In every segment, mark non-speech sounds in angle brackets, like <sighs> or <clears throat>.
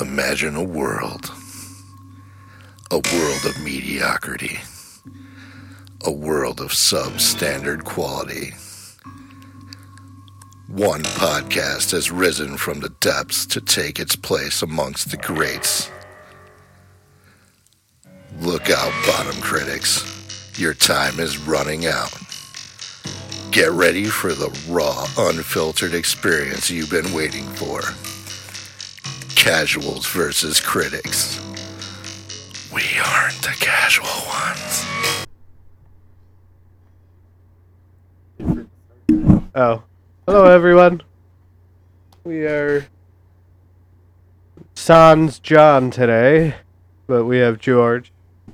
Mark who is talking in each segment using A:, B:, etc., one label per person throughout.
A: Imagine a world, a world of mediocrity, a world of substandard quality. One podcast has risen from the depths to take its place amongst the greats. Look out, bottom critics. Your time is running out. Get ready for the raw, unfiltered experience you've been waiting for. Casuals versus critics. We aren't the casual ones.
B: Oh. Hello, everyone. We are Sans John today, but we have George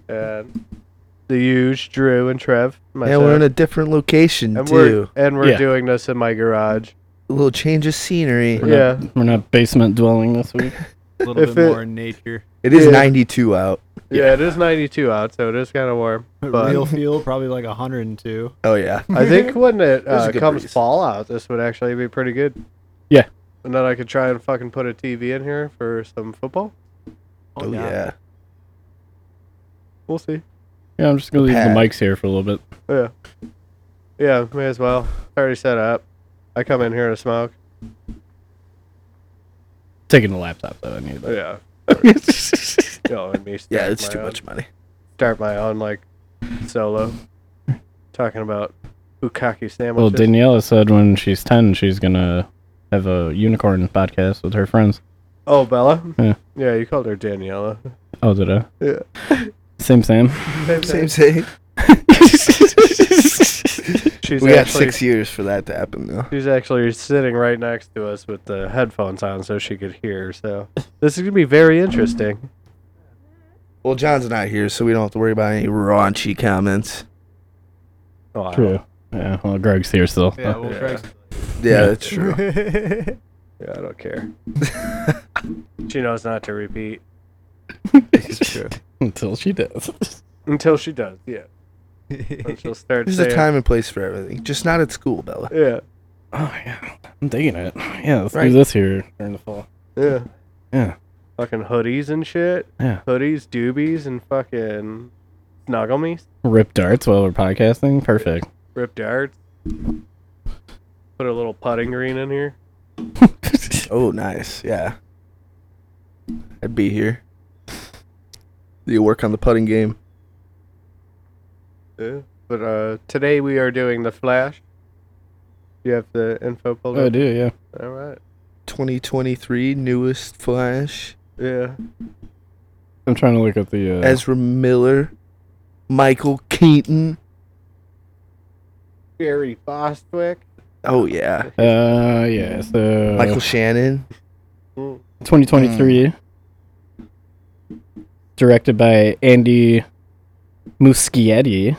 B: and the huge Drew and Trev.
C: And we're in a different location
B: and we're,
C: too.
B: and we're
D: Yeah.
B: doing this in my garage.
C: A little change of scenery.
D: We're
B: Yeah.
D: Not, we're not basement dwelling this
B: <laughs>
D: week.
E: a little
B: If
E: bit
B: it-
E: more in nature.
C: It is
B: Yeah.
C: 92 out.
B: Yeah, it is 92 out, so it is kind of warm. <laughs> But
E: Real feel, probably like 102.
C: Oh yeah.
B: I
C: <laughs>
B: think when it
C: was a
B: uh,
C: good
B: comes
C: breeze.
B: fall out, this would actually be pretty good.
D: Yeah.
B: And then I could try and fucking put a TV in here for some football.
C: Oh yeah.
B: We'll see.
D: Yeah, I'm just gonna leave
C: Pat.
D: the mics here for a little bit.
B: Yeah. Yeah, may as well. Already set up. I come in here to smoke.
D: Taking the laptop though. I need
B: <laughs>
D: that.
B: Yeah. Yo, and me
C: <laughs>
B: start
C: Yeah, it's
B: my
C: too
B: own-
C: much money.
B: Start my own like solo. Talking about bukkake sandwiches.
D: Well, Daniela said when she's ten, she's gonna have a unicorn podcast with her friends.
B: oh, Bella.
D: Yeah.
B: Yeah, you called her Daniela.
D: Oh, did I?
B: Yeah.
D: <laughs> Same,
B: <laughs>
D: Sam.
C: <laughs> Same same.
B: She's
C: We got
B: actually-
C: six years for that to happen though.
B: She's actually sitting right next to us with the headphones on so she could hear. So this is going to be very interesting.
C: Well, John's not here, so we don't have to worry about any raunchy comments.
B: Wow.
D: True. Yeah. Well, Greg's here still.
E: Yeah,
D: so.
E: well,
B: Yeah.
E: Greg's-
C: Yeah,
D: Yeah.
C: that's true.
B: <laughs>
C: <laughs>
B: Yeah, I don't care. she knows not to repeat
D: <laughs>
C: it's true.
D: Until she does.
B: until she does. Yeah. Then she'll start
C: There's
B: saying,
C: a time and place for everything. Just not at school, Bella.
B: Yeah.
D: Oh yeah. I'm digging it. Yeah. Let's
C: Right.
D: do this here during the fall.
B: Yeah.
D: Yeah.
B: Fucking hoodies and shit.
D: Yeah.
B: Hoodies, doobies, and fucking snuggle me.
D: Rip darts while we're podcasting. Perfect. <laughs>
B: Rip darts. Put a little putting green in here.
C: Oh, nice. Yeah. I'd be here. Do you work on the putting game?
B: Yeah. But uh, today we are doing the flash. You have the info pulled
D: oh, I
B: up?
D: do. Yeah.
B: All right.
C: 2023 newest flash.
B: Yeah.
D: I'm trying to look at the. Uh,
C: Ezra Miller, Michael Keaton.
B: Gary Bostwick.
C: Oh yeah,
D: uh yeah. So.
C: Michael Shannon.
B: Mm.
D: 2023 directed by andy muschietti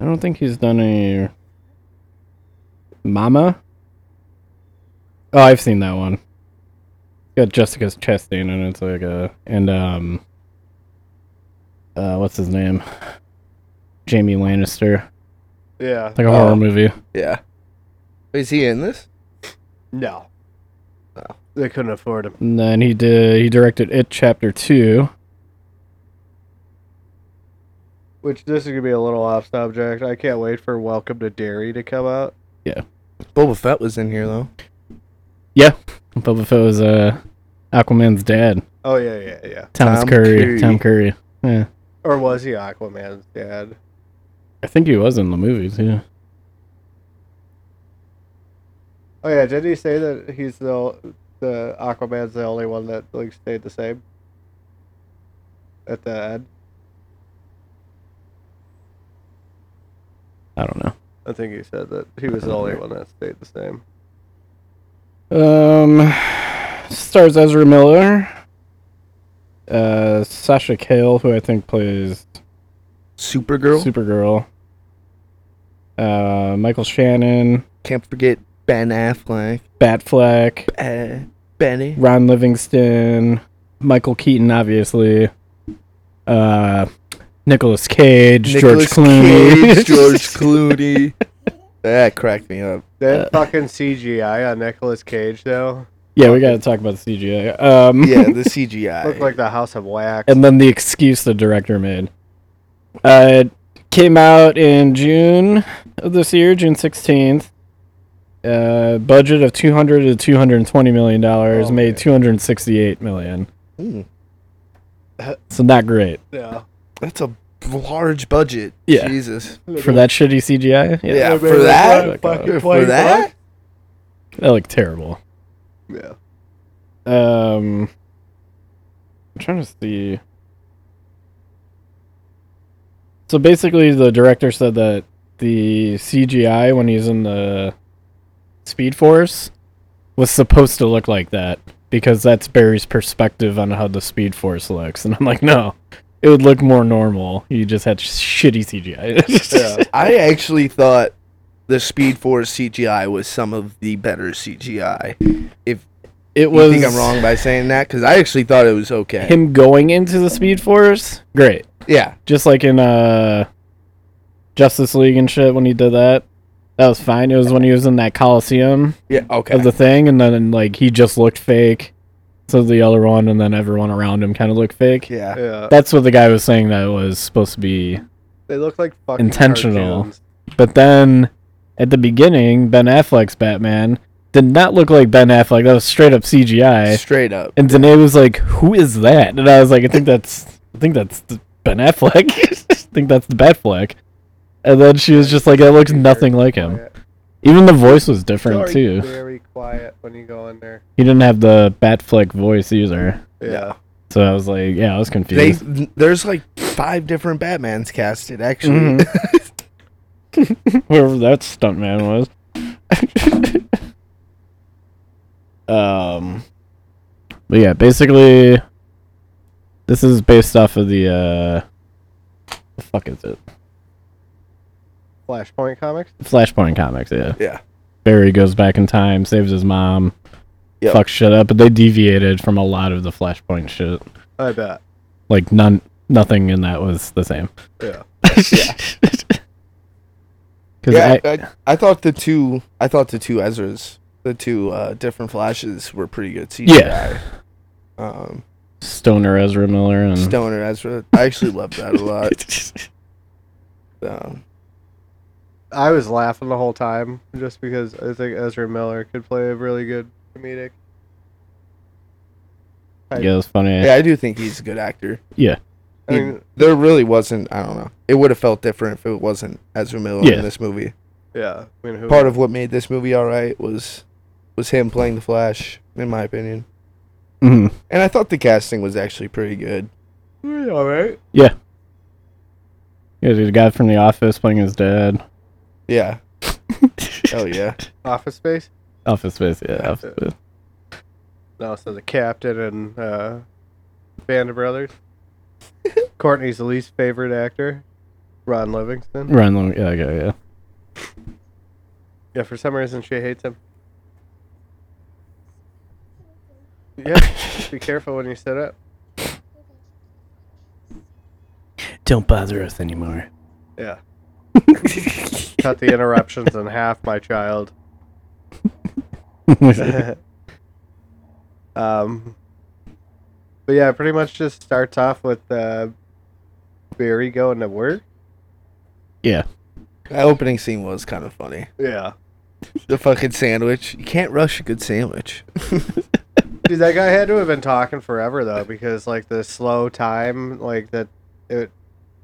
D: i don't think he's done a mama oh i've seen that one got jessica chastain and it's like a and um uh what's his name jamie lannister
B: Yeah.
D: like a
C: Oh.
D: horror movie
C: Yeah. Is he in this?
B: No.
C: Oh.
B: They couldn't afford him.
D: And then he did he directed it chapter two
B: Which this is gonna be a little off subject. I can't wait for Welcome to Dairy to come out.
C: Boba Fett was in here though.
D: Boba Fett was uh aquaman's dad
B: Oh yeah, yeah, yeah.
D: Thomas
C: Tom
D: Curry.
C: Curry.
D: Tom Curry. Yeah.
B: Or was he Aquaman's dad?
D: I think he was in the movies, yeah.
B: Oh yeah, did he say that he's the the Aquaman's the only one that like stayed the same? At the end,
D: I don't know.
B: I think he said that he was the only one that stayed the same.
D: Uh, Um stars Ezra Miller. Uh Sasha Cale, who I think plays
C: Supergirl.
D: Supergirl. Uh Michael Shannon,
C: Can't forget Ben Affleck.
D: Batfleck,
C: Uh, Benny.
D: Ron Livingston, Michael Keaton, obviously. Uh Nicholas Cage, George
C: Nicolas
D: Clooney. <laughs>
C: Cage, George Clooney. That cracked me up.
B: That fucking CGI on Nicolas Cage though.
D: Yeah, we got to talk about the CGI. Um,
C: yeah,
D: <laughs>
C: the CGI.
B: Looked like the House of Wax.
D: and then the excuse the director made. Uh, it came out in June of this year, June sixteenth. Uh, budget of two hundred to two hundred twenty million dollars,
B: Oh, man.
D: made two hundred sixty-eight million.
C: Hmm,
D: So not great
B: yeah.
C: that's a large budget.
D: Yeah.
C: Jesus.
D: for that shitty CGI.
C: Yeah,
B: Yeah,
C: for
B: maybe
C: that.
D: that's what I
C: For
B: fucking played
C: that.
D: that looked terrible.
B: Yeah.
D: Um, I'm trying to see. So basically, the director said that the CGI when he's in the Speed Force was supposed to look like that because that's Barry's perspective on how the Speed Force looks. And I'm like, no, it would look more normal. You just had shitty <laughs> CGI.
B: Yeah.
C: I actually thought the Speed Force CGI was some of the better CGI.
D: It
C: You
D: was.
C: think I'm wrong by saying that? Because I actually thought it was okay.
D: Him going into the Speed Force, great.
C: yeah.
D: just like in uh Justice League and shit when he did that. That was fine. It was when he was in that Coliseum
C: Yeah. Okay.
D: of the thing and then like he just looked fake. So the other one and then everyone around him kind of looked fake.
C: yeah.
B: Yeah.
D: That's what the guy was saying that it was supposed to be.
B: They look like fucking
D: Intentional.
B: cartoons.
D: But then at the beginning, Ben Affleck's Batman did not look like Ben Affleck. That was straight up CGI.
C: Straight up.
D: And Danae was like, "Who is that?" And I was like, "I think that's, I think that's the Ben Affleck. <laughs> I think that's the Batfleck." And then she was just like, "It looks
B: Very
D: nothing like him."
B: quiet.
D: Even the voice was different
B: Sorry,
D: too.
B: Very quiet when you go in there.
D: He didn't have the Batfleck voice either.
B: Yeah.
D: So I was like, "Yeah, I was
C: They
D: confused." <laughs>
C: there's like five different Batmans
B: <laughs>
C: casted actually.
D: Mm-hmm. Mhm. Whoever that stuntman was. um, but yeah, basically, this is based off of the uh, the fuck is it?
B: Flashpoint comics.
D: Flashpoint comics, yeah.
C: Yeah.
D: Barry goes back in time, saves his mom,
C: Yep.
D: fucks shit up, but they deviated from a lot of the Flashpoint shit.
B: I bet.
D: Like none, nothing in that was the same.
B: Yeah.
D: <laughs> Cause
C: yeah,
D: I,
C: I, I, thought the two I thought the two Ezras, the two uh, different flashes were pretty good CGI.
D: Yeah.
C: Um,
D: Stoner Ezra Miller and <laughs>
C: Stoner Ezra, I actually loved that a lot. Um,
B: I was laughing the whole time just because I think Ezra Miller could play a really good comedic.
D: yeah, it was funny.
C: yeah, I do think he's a good actor.
B: I mean,
C: There really wasn't. I don't know. It would have felt different if it wasn't Ezra Miller
D: Yeah.
C: in this movie.
B: yeah. I mean, who?
C: Part of what made this movie all right was was him playing the Flash, in my opinion.
D: Mhm.
C: And I thought the casting was actually pretty good.
B: all right.
D: Yeah, the guy from The Office playing his dad.
C: Yeah. <laughs> Oh yeah.
B: Office Space.
D: Office Space, yeah.
B: Yeah.
D: Office Space.
B: No, so the captain and uh, Band of Brothers. <laughs> Courtney's least favorite actor, Ron Livingston.
C: Mm.
D: Ryan Long, yeah, okay, yeah.
B: Yeah, for some reason she hates
C: <laughs>
B: him. Yeah, just be careful when you sit up.
D: Don't bother us anymore. <laughs>
C: <laughs>
B: Yeah. Cut the interruptions in half, my child. um, but yeah, it pretty much just starts off with uh, Barry going to work.
C: That opening scene was kind of funny.
B: Yeah.
C: The fucking sandwich. You can't rush a good sandwich.
B: Dude, that guy had to have been talking forever though, because like the slow time, like that, it.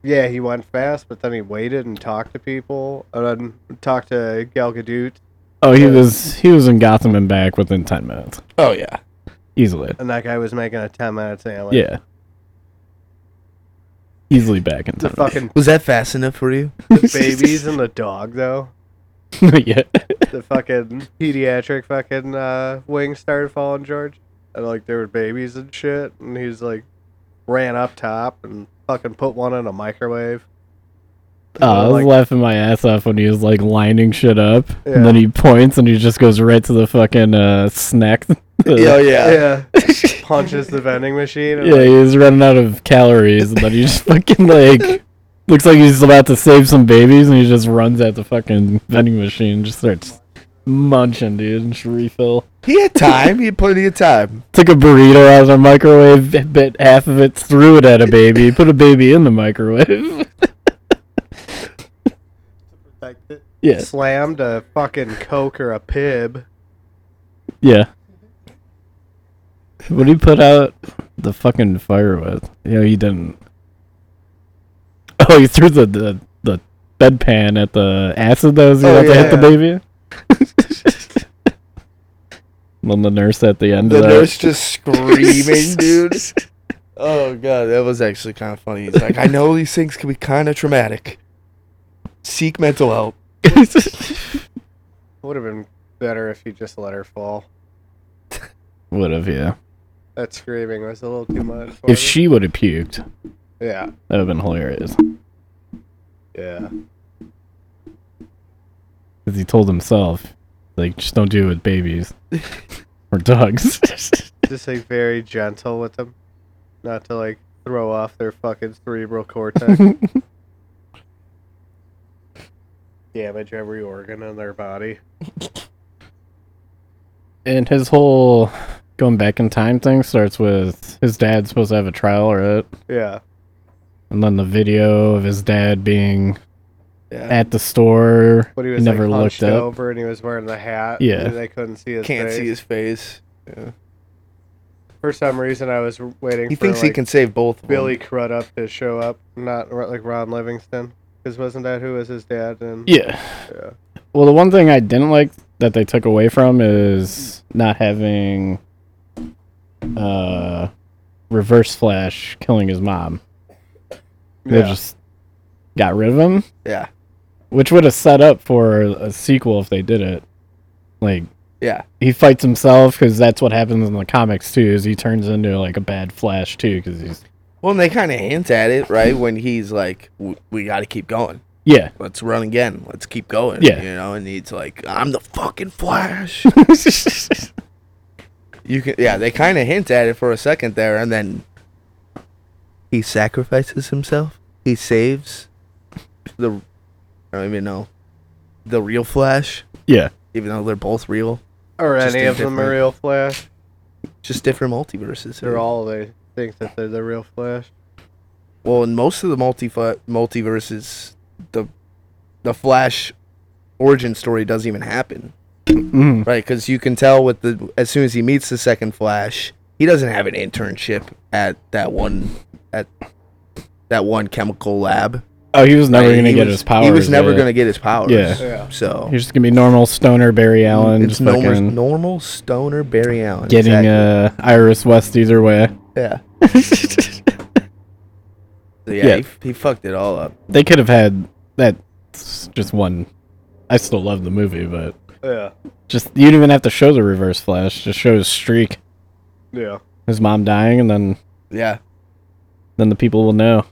B: Yeah, he went fast, but then he waited and talked to people, and then talked to Gal Gadot,
D: oh, he was he was in Gotham and back within ten minutes.
C: Oh yeah.
D: Easily.
B: and that guy was making a ten minute sandwich.
D: Yeah. Easily back in
B: the
D: time. <laughs>
B: fucking
C: Was that fast enough for you?
B: babies and the dog though.
D: yeah.
B: The fucking pediatric fucking uh, wing started falling, George, and like there were babies and shit, and he's like ran up top and fucking put one in a microwave.
D: Oh, I was
B: Like-
D: laughing my ass off when he was like lining shit up,
B: Yeah.
D: and then he points and he just goes right to the fucking uh, snack. <laughs>
C: Yeah,
D: yeah,
C: Oh, yeah.
B: <laughs> Yeah,
C: <laughs>
B: punches the vending machine. And,
D: yeah, he was running out of calories, and then he just <laughs> fucking like looks like he's about to save some babies, and he just runs at the fucking vending machine, and just starts munching, dude. Just refill.
C: <laughs> He had time. he had plenty of time.
D: Took a burrito out of the microwave, bit half of it, threw it at a baby, put a baby in
C: <laughs>
D: the microwave.
E: Protect it.
D: yeah,
B: Slammed a fucking Coke or a Pib.
D: yeah. What did he put out the fucking fire with? Yeah, he didn't. Oh, he threw the the, the bedpan at the acid that was about
C: Oh,
D: to hit the
C: yeah.
D: baby.
C: <laughs>
D: then the nurse at the end
C: The
D: of that.
C: nurse just <laughs> screaming, dude. Oh god, that was actually kind of funny. He's like, I know these things can be kind of traumatic. Seek mental help.
B: Would have been better if you just let her fall.
D: <laughs> would have, yeah.
B: That screaming was a little too much. for me.
D: If she would have puked, that
B: yeah,
D: would have been hilarious.
B: yeah,
D: Because he told himself, like, just don't do it with babies or dogs.
B: just like very gentle with them, not to like throw off their fucking cerebral cortex, damage every organ in their body.
D: and his whole going back in time thing starts with his dad's supposed to have a trial, right?
B: Yeah,
D: And then the video of his dad being
C: Yeah,
D: at the store.
B: but he was
D: never
B: like,
D: looked
B: hunched
D: up.
B: over and he was wearing the hat.
D: Yeah.
B: and they couldn't see his
C: can't
B: face.
C: see his face.
B: For some reason, I was waiting.
C: He
B: for,
C: thinks he
B: like,
C: can save both. Of
B: Billy Crudup to show up, not ro- like Ron Livingston, because wasn't that who was his dad? And
D: Yeah.
B: Yeah.
D: Well, the one thing I didn't like that they took away from is not having uh reverse flash killing his mom. They
B: yeah.
D: just got rid of him.
C: them. Yeah,
D: which would have set up for a sequel if they did it. Like
C: yeah,
D: he fights himself because that's what happens in the comics too. Is he turns into like a bad Flash too? Because he's
C: Well, and they kind of hint at it, right? When he's like, "W- "We got to keep going. <laughs>
D: yeah,
C: Let's run again. Let's keep going."
D: Yeah.
C: you know. And he's like, "I'm the fucking Flash." <laughs>
D: yeah,
C: you can, yeah. They kind of hint at it for a second there, and then he sacrifices himself. He saves the. I don't even know the real Flash, even though they're both real,
B: or
C: just
B: any
C: in
B: of them
C: different-
B: are real Flash.
C: just different multiverses.
B: They're all they think that they're the real Flash.
C: Well, in most of the multi multiverses, the the Flash origin story doesn't even happen,
D: mm,
C: right? Because you can tell with the as soon as he meets the second Flash, he doesn't have an internship at that one at that one chemical lab.
D: Oh, he was never
C: right?
D: gonna
C: He
D: get
C: was-
D: his powers.
C: He was never
D: yeah.
C: gonna get his powers.
D: Yeah.
B: Yeah.
C: So
D: He's just gonna be normal stoner Barry Allen,
C: it's
D: just
C: normal,
D: fucking
C: normal stoner Barry Allen
D: getting
C: exactly.
D: uh Iris West either way. <laughs>
C: yeah. So, yeah,
D: Yeah.
C: He, he fucked it all up.
D: They could have had that just one. I still love the movie, but
B: Yeah.
D: just you don't even have to show the Reverse Flash. Just show his streak,
B: Yeah.
D: his mom dying, and then
C: Yeah.
D: then the people will know.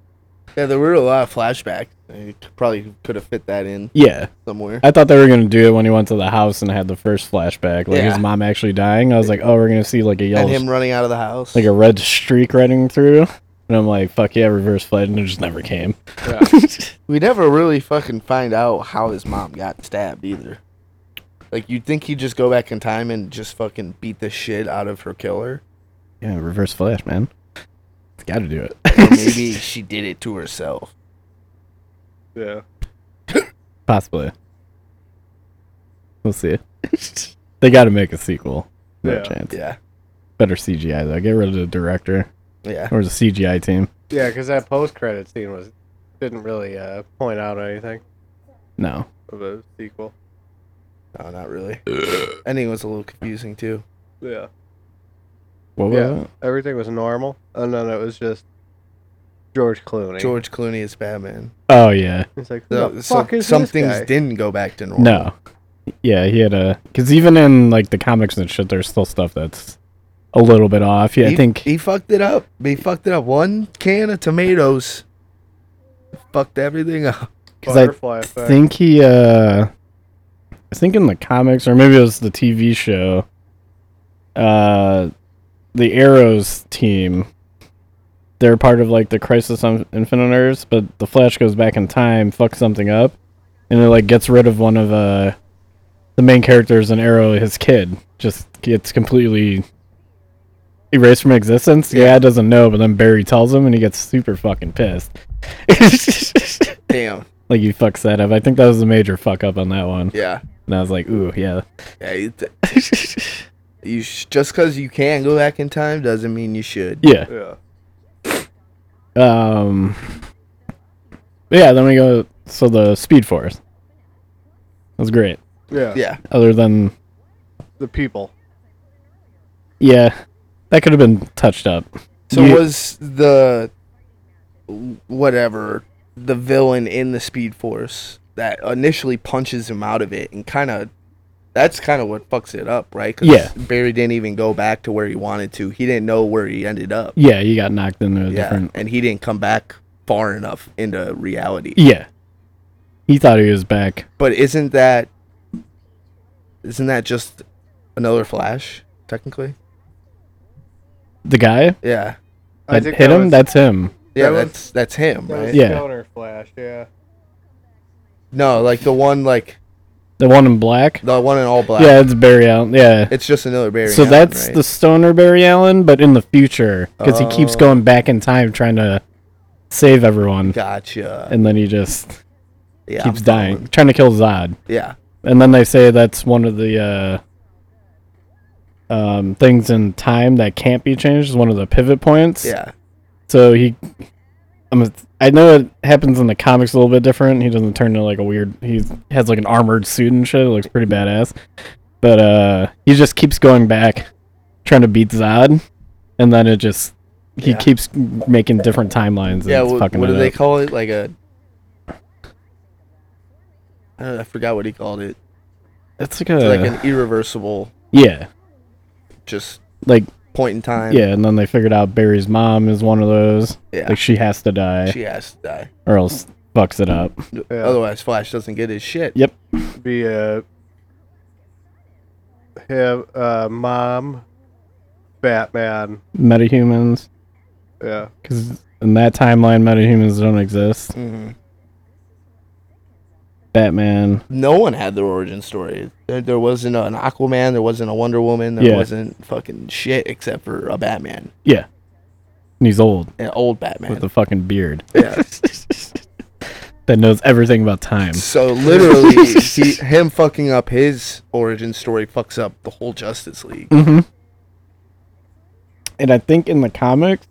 C: Yeah, there were a lot of flashbacks. You c- probably could have fit that in
D: Yeah,
C: somewhere.
D: I thought they were gonna do it when he went to the house and had the first flashback, like
C: Yeah.
D: his mom actually dying. I was like, oh, we're gonna see like a
C: And
D: yellow,
C: him running out of the house.
D: like a red streak running through. And I'm like, fuck yeah, reverse flash, and it just never came.
C: we never really fucking find out how his mom got stabbed either. Like you'd think he'd just go back in time and just fucking beat the shit out of her killer.
D: Yeah, reverse flash, man. It's got to do it.
C: Or maybe she did it to herself.
B: Yeah.
D: <laughs> Possibly. We'll see. they got to make a sequel. No
B: Yeah.
D: chance.
C: Yeah.
D: Better CGI though. Get rid of the director
C: Yeah.
D: or the CGI team.
B: Yeah, because that post credit scene was didn't really uh, point out anything
D: No.
B: of a sequel.
C: No, not really. Ending was a little confusing too.
B: Yeah.
D: What was
B: Yeah.
D: it?
B: Everything was normal, and then it was just George Clooney.
C: George Clooney is Batman.
D: Oh yeah.
B: He's like, who
C: So,
B: the
C: so-
B: fuck is
C: some
B: this
C: things
B: guy?
C: didn't go back to normal.
D: No. Yeah, he had a because even in like the comics and shit, there's still stuff that's a little bit off. Yeah,
C: he,
D: I think
C: he fucked it up. He fucked it up. One can of tomatoes fucked everything up.
D: 'cause I
B: Butterfly effect.
D: think he uh, I think in the comics or maybe it was the TV show, uh, the Arrows team. They're part of like the Crisis on Infinite Earths, but the Flash goes back in time, fucks something up, and it like gets rid of one of uh the main character is an arrow, his kid just gets completely erased from existence. Yeah, doesn't know, but then Barry tells him, and he gets super fucking pissed. <laughs>
C: Damn.
D: like you fucks that up. I think that was a major fuck up on that one.
C: Yeah.
D: And I was like, ooh, yeah,
C: Yeah. You, th- <laughs> you sh- just because you can go back in time doesn't mean you should.
D: yeah.
B: Yeah.
D: Um. Yeah. Then we go. So the Speed Force was great.
B: Yeah.
C: Yeah.
D: Other than
B: The people.
D: yeah, that could have been touched up.
C: So
D: You-
C: was the whatever the villain in the Speed Force that initially punches him out of it and kind of that's kind of what fucks it up, right?
D: Yeah.
C: Barry didn't even go back to where he wanted to. He didn't know where he ended up.
D: Yeah, you got knocked into a
C: yeah,
D: different.
C: and he didn't come back far enough into reality.
D: Yeah. He thought he was back.
C: But isn't that isn't that just another Flash technically?
D: The guy
C: Yeah,
B: I
D: that
B: think
D: hit
B: that
D: him.
B: was-
D: that's him.
C: yeah,
B: That was-
C: that's that's him,
B: That
C: right?
B: was
D: Yeah.
B: Stoner Flash, yeah.
C: No, like the one like
D: The one in black.
C: the one in all black.
D: Yeah, it's Barry Allen. Yeah.
C: It's just another Barry.
D: so
C: Allen,
D: that's
C: right?
D: the stoner Barry Allen, but in the future, because he keeps
C: Oh.
D: going back in time trying to save everyone,
C: gotcha.
D: and then he just
C: yeah,
D: keeps
C: I'm
D: dying,
C: following.
D: trying to kill Zod.
C: Yeah,
D: And then they say that's one of the uh, um, things in time that can't be changed. Is one of the pivot points.
C: yeah,
D: So he, I'm a, I know it happens in the comics a little bit different. He doesn't turn into like a weird. He has like an armored suit and shit. It looks pretty badass. But uh, he just keeps going back, trying to beat Zod, and then it just he
C: Yeah.
D: keeps making different timelines. And
C: yeah.
D: yeah,
C: What,
D: fucking
C: what
D: it
C: do they
D: up.
C: call it? Like a. I, don't know, I forgot what he called it.
D: It's like a
C: It's like an irreversible,
D: yeah,
C: just
D: like
C: point in time.
D: yeah. And then they figured out Barry's mom is one of those.
C: yeah.
D: Like she has to die,
C: she has to die.
D: or else fucks it up.
B: Yeah.
C: Otherwise, Flash doesn't get his shit.
D: Yep.
B: Be uh him uh mom Batman.
D: Metahumans,
B: Yeah.
D: because in that timeline, metahumans don't exist.
C: hmm
D: Batman.
C: No one had their origin story. There, there wasn't an Aquaman. There wasn't a Wonder Woman. There
D: Yeah.
C: wasn't fucking shit except for a Batman,
D: Yeah. And he's old
C: an old
D: with
C: Batman.
D: a fucking beard <laughs>
C: yeah.
D: that knows everything about time.
C: So literally, he, him fucking up his origin story fucks up the whole Justice League.
D: Mm-hmm. And I think in the comics,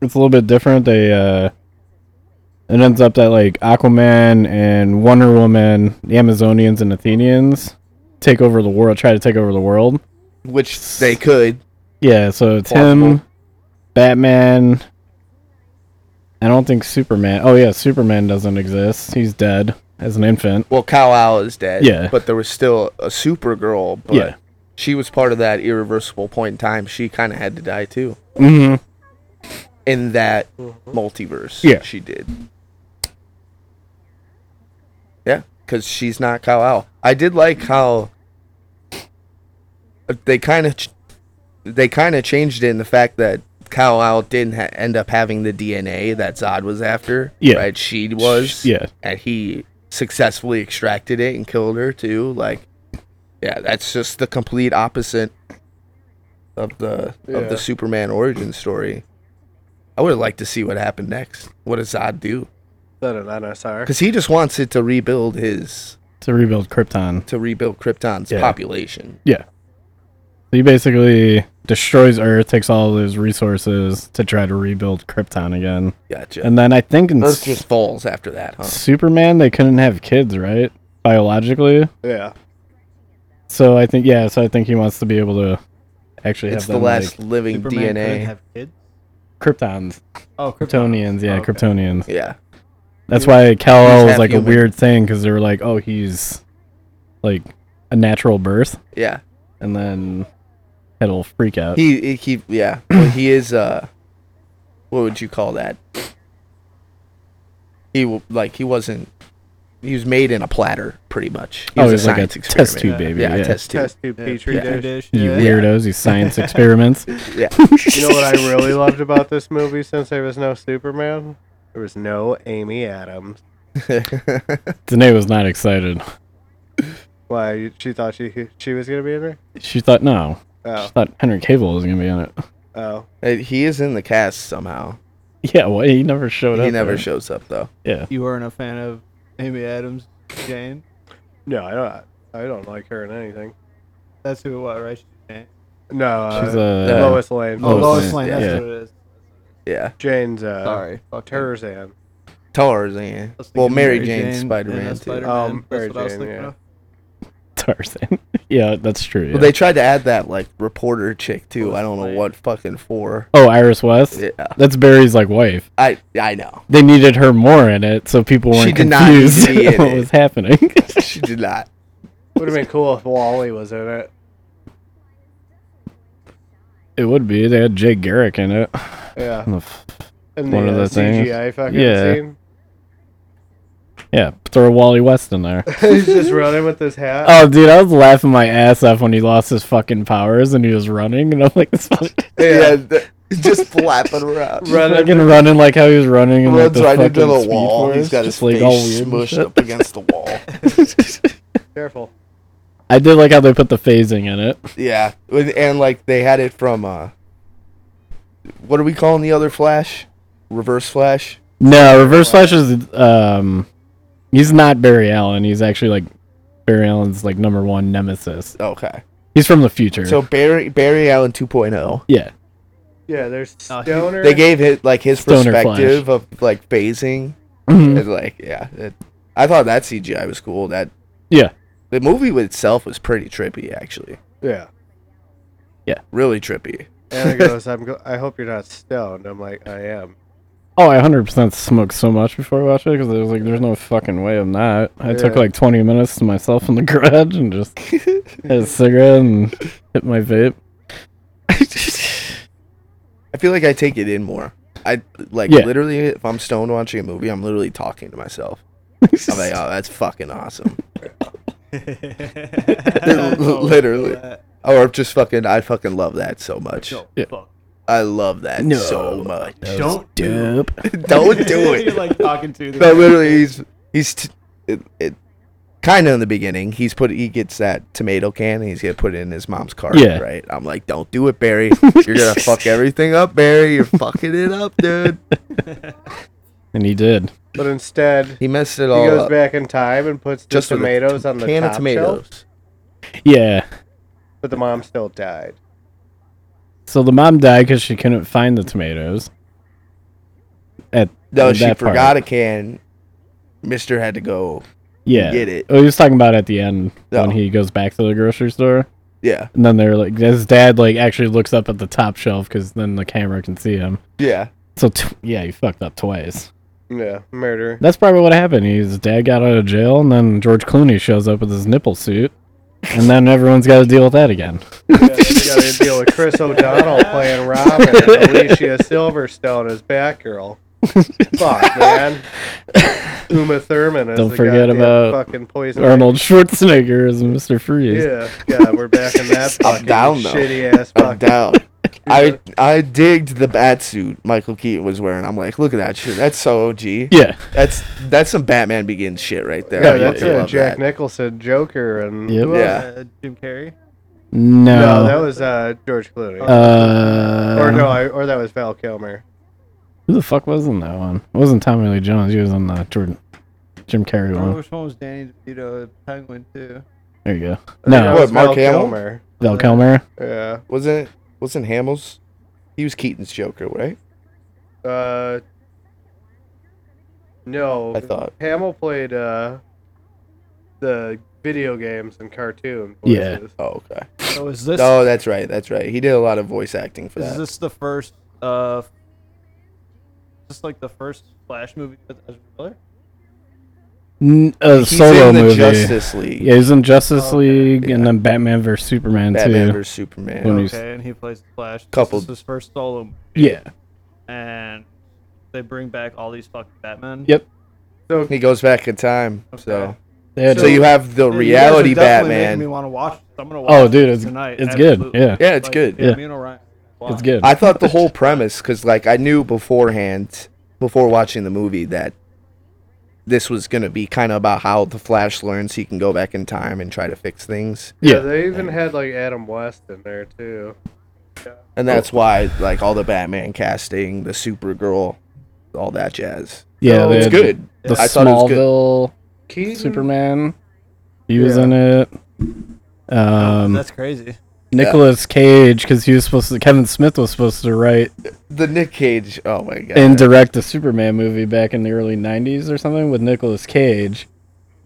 D: it's a little bit different. They uh, it ends up that like Aquaman and Wonder Woman, the Amazonians and Athenians, take over the world, try to take over the world.
C: which they could.
D: Yeah, so it's him,
C: Plausible.
D: Batman. I don't think Superman. Oh yeah, Superman doesn't exist. He's dead as an infant.
C: Well, Kal Al is dead.
D: Yeah.
C: but there was still a Supergirl. But
D: Yeah.
C: she was part of that irreversible point in time. She kind of had to die too
D: Mm-hmm.
C: in that multiverse.
D: Yeah.
C: she did. Yeah, because she's not Kal Al. I did like how uh, they kind of ch- they kind of changed it in the fact that Kal Al didn't ha- end up having the DNA that Zod was after.
D: Yeah.
C: right. She was.
D: Yeah.
C: and he successfully extracted it and killed her too. Like, yeah, that's just the complete opposite of the of
B: Yeah.
C: the Superman origin story. I would have liked to see what happened next. What does Zod do?
B: That an NSR.
C: Because he just wants it to rebuild his
D: To rebuild Krypton.
C: to rebuild Krypton's
D: Yeah.
C: population.
D: He basically destroys Earth, takes all of his resources to try to rebuild Krypton again.
C: Gotcha.
D: And then I think in
C: Earth
D: S-
C: just falls after that, huh?
D: Superman they couldn't have kids, right? Biologically.
B: Yeah.
D: So I think yeah, so I think he wants to be able to actually
C: It's
D: have
C: the
D: them,
C: last
D: like,
C: living
E: Superman couldn't
C: DNA.
E: have kids.
D: Kryptons.
E: Oh, Krypton.
D: Kryptonians, yeah,
E: Oh, okay.
D: Kryptonians.
C: yeah,
D: That's why Kal-El
C: He's
D: was
C: half
D: like a
C: human.
D: weird thing cuz they were like, "Oh, he's like a natural birth."
C: yeah.
D: And then it'll freak out.
C: He he, he- yeah. Well, he is uh, what would you call that? He w- like he wasn't. He was made in a platter, pretty much. He
D: oh,
C: was
D: he's like a
C: experiment.
D: test tube baby.
C: Yeah,
D: Yeah,
C: a test tube.
B: Test tube
E: Yeah,
B: petri
E: Petri
B: dish.
E: dish.
D: You
E: yeah.
D: weirdos,
C: <laughs>
D: you science experiments. <laughs>
C: Yeah.
B: You know what I really loved about this movie since there was no Superman? There was no Amy Adams.
C: <laughs>
D: Danae was not excited.
B: Why you- she thought she she was gonna be in there?
D: She thought no.
B: Oh,
D: She thought Henry Cable was gonna be on it. <laughs>
B: oh,
C: Uh, He is in the cast somehow.
D: Yeah, well, he never showed up.
C: he never
D: there.
C: shows up though.
D: Yeah,
E: You weren't a fan of Amy Adams, Jane.
B: no, I don't. I don't like her in anything.
E: That's who it was, right? She's Jane.
B: No, uh,
D: she's uh,
B: Lois Lane.
E: Oh,
D: Lois
E: Lois
D: Lane,
E: Lane. That's
D: yeah.
E: what it is.
C: Yeah,
B: Jane's uh,
E: Sorry, fuck her.
B: Tarzan.
C: Tarzan.
E: I was
C: Well,
E: thinking
C: Mary, Jane, Spider-Man.
E: yeah,
C: too.
E: Spider-Man.
B: Um,
E: That's
B: Mary
E: what I was
B: Jane,
E: thinking
B: yeah.
E: of.
D: <laughs> Tarzan. <laughs> yeah, that's true.
C: Well,
D: yeah.
C: they tried to add that like reporter chick
E: Oh,
C: too. I don't know what fucking for.
D: oh, Iris West.
C: Yeah,
D: That's Barry's like wife.
C: I I know. <laughs>
D: They needed her more in it, so people
C: She
D: weren't
C: did not need to
D: confused
C: be in
D: <laughs> what
C: it.
D: was happening. <laughs>
C: She did
E: <laughs>
C: not.
B: Would have been cool if Wally was in it.
D: it would be. They had Jay Garrick in it. <sighs>
B: Yeah, in
D: One
B: the,
D: of
B: uh,
D: the things.
B: CGI fucking
D: Yeah. <laughs>
B: scene. <laughs>
D: Yeah, throw Wally West
C: <laughs>
D: in there.
B: He's just running with his hat.
D: Oh, dude, I was laughing my ass off when he lost his fucking powers and he was running, and I'm like, this fucking
C: Yeah, th- just flapping
E: <laughs>
C: around.
D: running, running like how he was running and like
C: Runs
D: the
C: right
D: fucking
C: into the
D: Speed
C: wall.
D: Force,
C: He's got his
D: just, like, oh,
C: face
D: all weird and
C: smushed
D: <laughs> shit.
C: up against the wall.
B: Careful.
D: I did like how they put the phasing in it.
C: Yeah, and, and like they had it from uh, what are we calling the other Flash? Reverse Flash.
D: No, Reverse Flash is um, he's not Barry Allen. He's actually like Barry Allen's like number one nemesis.
C: Okay.
D: He's from the future.
C: So Barry Barry Allen 2.0.
D: yeah,
B: Yeah, there's
E: Oh, he-
B: stoner.
C: They gave it like his
D: Stoner
C: perspective of like phasing
D: Mhm.
C: and like yeah. It, I thought that CGI was cool. That
D: yeah,
C: the movie itself was pretty trippy actually.
B: yeah.
C: Really trippy.
B: Anna goes, "I'm. Go- I hope you're not stoned." I'm like, "I am."
D: <clears throat> Oh, I hundred percent smoked so much before I watched it because I was like, "There's no fucking way I'm not." I took
B: Yeah.
D: like twenty minutes to myself in the <laughs> garage and just had a cigarette and hit
C: <laughs>
D: my vape. <laughs>
C: I feel like I take it in more. I like
D: Yeah.
C: literally if I'm stoned watching a movie, I'm literally talking to myself. I'm like, oh,
D: <laughs>
C: that's fucking awesome.
E: <laughs>
C: Literally. Or I'm just fucking, I fucking love that so much.
E: Don't
D: Yeah.
E: fuck.
C: I love that
D: No.
C: so
D: <laughs>
C: much. <laughs>
E: Don't do
D: Dope.
C: Don't do
E: <laughs> You're
C: it.
E: like
C: <laughs>
E: talking to them.
C: But literally, he's he's t- it, it kind of in the beginning. He's put he gets that tomato can and he's gonna put it in his mom's car.
D: Yeah.
C: Right. I'm like, don't do it,
D: <laughs>
C: Barry. <laughs> You're gonna fuck everything up, Barry. You're fucking it up,
D: <laughs>
C: dude.
D: And he did.
B: But instead,
C: He messed it
B: he
C: all
B: goes
C: up.
B: back in time and puts the
C: uh, Just with a
B: tomatoes on the
C: can
B: top
C: of tomatoes.
B: shelf.
D: Yeah.
B: But the mom still died.
D: So the mom died because she couldn't find the tomatoes. At
C: No,
D: at
C: she
D: that part.
C: forgot a can. Mister had to go.
D: Yeah.
C: get it.
D: Oh, he was talking about at the end
C: No.
D: when he goes back to the grocery store,
C: Yeah,
D: and then they're like, his dad like actually looks up at the top shelf because then the camera can see him.
C: yeah.
D: So tw- yeah, he fucked up twice.
B: Yeah, murder.
D: That's probably what happened. His dad got out of jail, and then George Clooney shows up with his nipple suit, and then everyone's got to deal with that again.
B: Yeah, <laughs> you gotta deal
D: <laughs>
B: with Chris O'Donnell playing Robin and
C: <laughs>
B: Alicia Silverstone as Batgirl. Fuck, man. Uma Thurman is
D: Don't
B: the
D: forget
B: goddamn
D: about
B: fucking poison.
D: Arnold Schwarzenegger is Mr. Freeze.
B: Yeah, yeah, we're back in that
C: <laughs> I'm
B: fucking
C: down, though.
B: shitty ass
C: I'm
B: fucking.
C: down. <laughs> I I digged the bat suit Michael Keaton was wearing. I'm like, look at that shit. That's so OG.
D: Yeah.
C: That's that's some Batman Begins shit right there.
B: Yeah,
C: I
B: that's
C: fucking
B: it.
C: love
B: Jack
C: that.
B: Nicholson, Joker, and
D: Yep.
E: Who else?
C: Yeah.
E: Uh, Jim Carrey.
D: No.
B: no, that was uh, George Clooney.
D: uh,
B: or no, I, or that was Val Kilmer.
D: Who the fuck was in that one? It wasn't Tommy Lee Jones. He was on the Jordan Jim
E: I
D: Carrey
E: don't know
C: Oh.
D: one.
E: which one was Danny DeVito, Penguin too.
D: There you go.
B: I think
D: No.
B: that was
C: What, Mark
B: Val
C: Hamill?
B: Kilmer.
D: Val Kilmer.
B: Yeah.
C: Wasn't wasn't Hamill's? He was Keaton's Joker, right?
B: Uh, no,
C: I thought.
B: Hamill played uh, the video games and cartoon.
D: Yeah.
B: voices.
C: Oh, okay.
E: So is this
C: Oh, that's right. That's right. He did a lot of voice acting for
E: is
C: that.
E: this the first uh just like the first Flash movie with Ezra Miller?
D: N- a
C: He's
D: solo
C: in the
D: movie.
C: Justice League.
D: Yeah, he's in Justice
E: Okay.
D: League
C: Yeah.
D: and then Batman vs Superman
C: Batman
D: too.
C: vs Superman.
D: When he's-
E: Okay, and he plays the Flash.
C: Couple-
E: This is his first solo,
D: Yeah.
E: and they bring back all these fucking Batman.
D: Yep.
B: So
C: He goes back in time. So
E: Okay.
D: They had
C: so,
D: to-
C: you have the
E: And you guys are
C: reality
E: definitely making
C: Batman.
E: Me want to watch. it. I'm gonna watch.
D: oh,
E: it
D: dude, it's
E: tonight.
D: it's good.
E: absolutely.
D: Yeah.
C: Yeah, it's good.
D: Yeah.
E: Me and Orion.
D: It's good.
C: I thought the
E: <laughs>
C: whole premise, because like I knew beforehand, before watching the movie, that this was gonna be kind of about how the Flash learns he can go back in time and try to fix things,
D: Yeah.
B: they even had like Adam West in there too.
C: and that's
D: Oh.
C: why like all the Batman casting, the Supergirl, all that jazz.
D: Yeah,
B: Oh,
D: they
C: It's
D: had
C: good.
D: The
C: I thought it was good. Mm-hmm.
D: Smallville
B: Keaton.
D: Superman. He was
B: Yeah.
D: in it.
C: Oh,
D: Um,
E: That's crazy.
D: Nicholas Cage, because he was supposed to. Kevin Smith was supposed to write
C: The Nick Cage. Oh my god.
D: and uh, direct the Superman movie back in the early '90s or something with Nicolas Cage,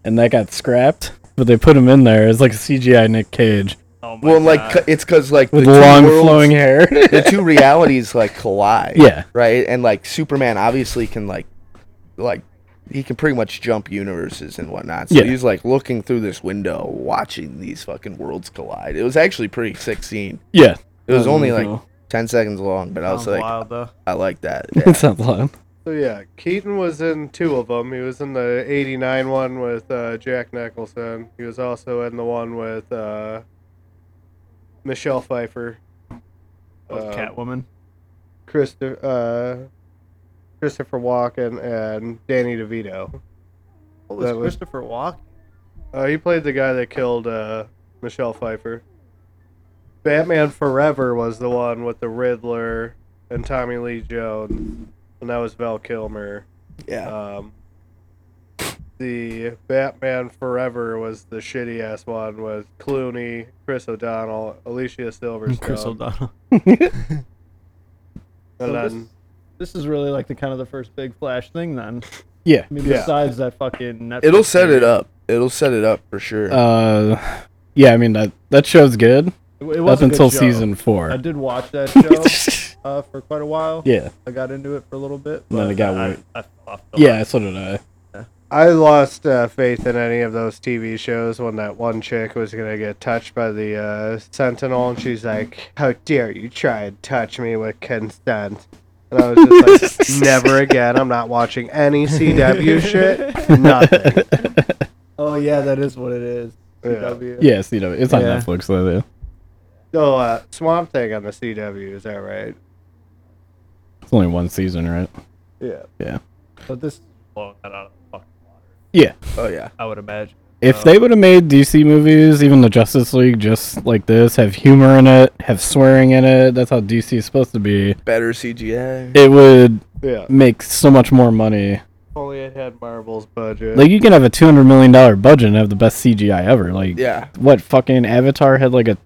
D: and that got scrapped. But they put him in there as like a CGI Nick Cage
E: Oh my
C: well, like
E: God.
C: c- it's because like
D: with
C: the two
D: long
C: worlds-
D: flowing hair. <laughs>
C: the two realities like collide.
D: yeah,
C: Right, and like Superman obviously can like, like he can pretty much jump universes and whatnot. So
D: Yeah.
C: he's like looking through this window, watching these fucking worlds collide. It was actually pretty sick scene.
D: yeah.
C: It was
D: That
C: only
D: really
C: like
D: <laughs> cool.
C: ten seconds long, but I was
E: Sounds
C: like,
E: wild though.
C: I like
D: <laughs>
C: that.
D: It sounds long.
B: So yeah, Keaton was in two of them. He was in the '89 one with uh, Jack Nicholson. He was also in the one with uh, Michelle Pfeiffer.
E: With
B: Uh,
E: Catwoman.
B: Christopher uh, Christopher Walken and Danny DeVito.
E: What was
B: that was-
E: Christopher Walken?
B: Uh, he played the guy that killed uh, Michelle Pfeiffer. Batman Forever was the one with the Riddler and Tommy Lee Jones, and that was Val Kilmer.
C: Yeah,
B: Um, the Batman Forever was the shitty ass one with Clooney, Chris O'Donnell, Alicia Silverstone,
E: Chris
C: Um,
E: O'Donnell.
B: and
E: So this-
B: then
E: This is really like the kind of the first big Flash thing then.
D: Yeah.
E: I mean,
B: Yeah.
E: besides that fucking. Netflix
C: it'll set
E: series.
C: it up. It'll set it up for sure.
D: Uh, yeah. I mean that that show's good
E: It, it was
D: up
E: a good
D: until
E: show.
D: season
E: I
D: four.
E: did watch that show uh, for quite a while.
D: <laughs> yeah,
E: I got into it for a little bit.
D: And then
E: but
D: it got
E: I-
D: weird.
E: I fell off the
D: yeah. So did I.
B: I lost uh, faith in any of those TV shows when that one chick was gonna get touched by the uh, Sentinel, and she's like, "How dare you try and touch me with consent?" And I was just like, "Never again! I'm not watching any CW shit. Nothing."
E: <laughs> Oh yeah, that is what it is.
B: Yeah.
E: CW.
D: Yeah, it's, you know, it's on
E: Yeah.
D: Netflix though. yeah.
B: So uh, Swamp Thing on the CW is that right?
D: It's only one season, right?
B: Yeah.
E: But this blowing that out of the fucking water.
D: Yeah.
C: oh yeah,
E: I would imagine.
D: If they would have made DC movies, even the Justice League, just like this, have humor in it, have swearing in it, that's how DC is supposed to be.
C: better CGI.
D: It would
B: Yeah.
D: make so much more money.
B: Only it had Marvel's budget.
D: Like you can have a two hundred million dollar budget and have the best CGI ever. Like
C: yeah,
D: what fucking Avatar had like a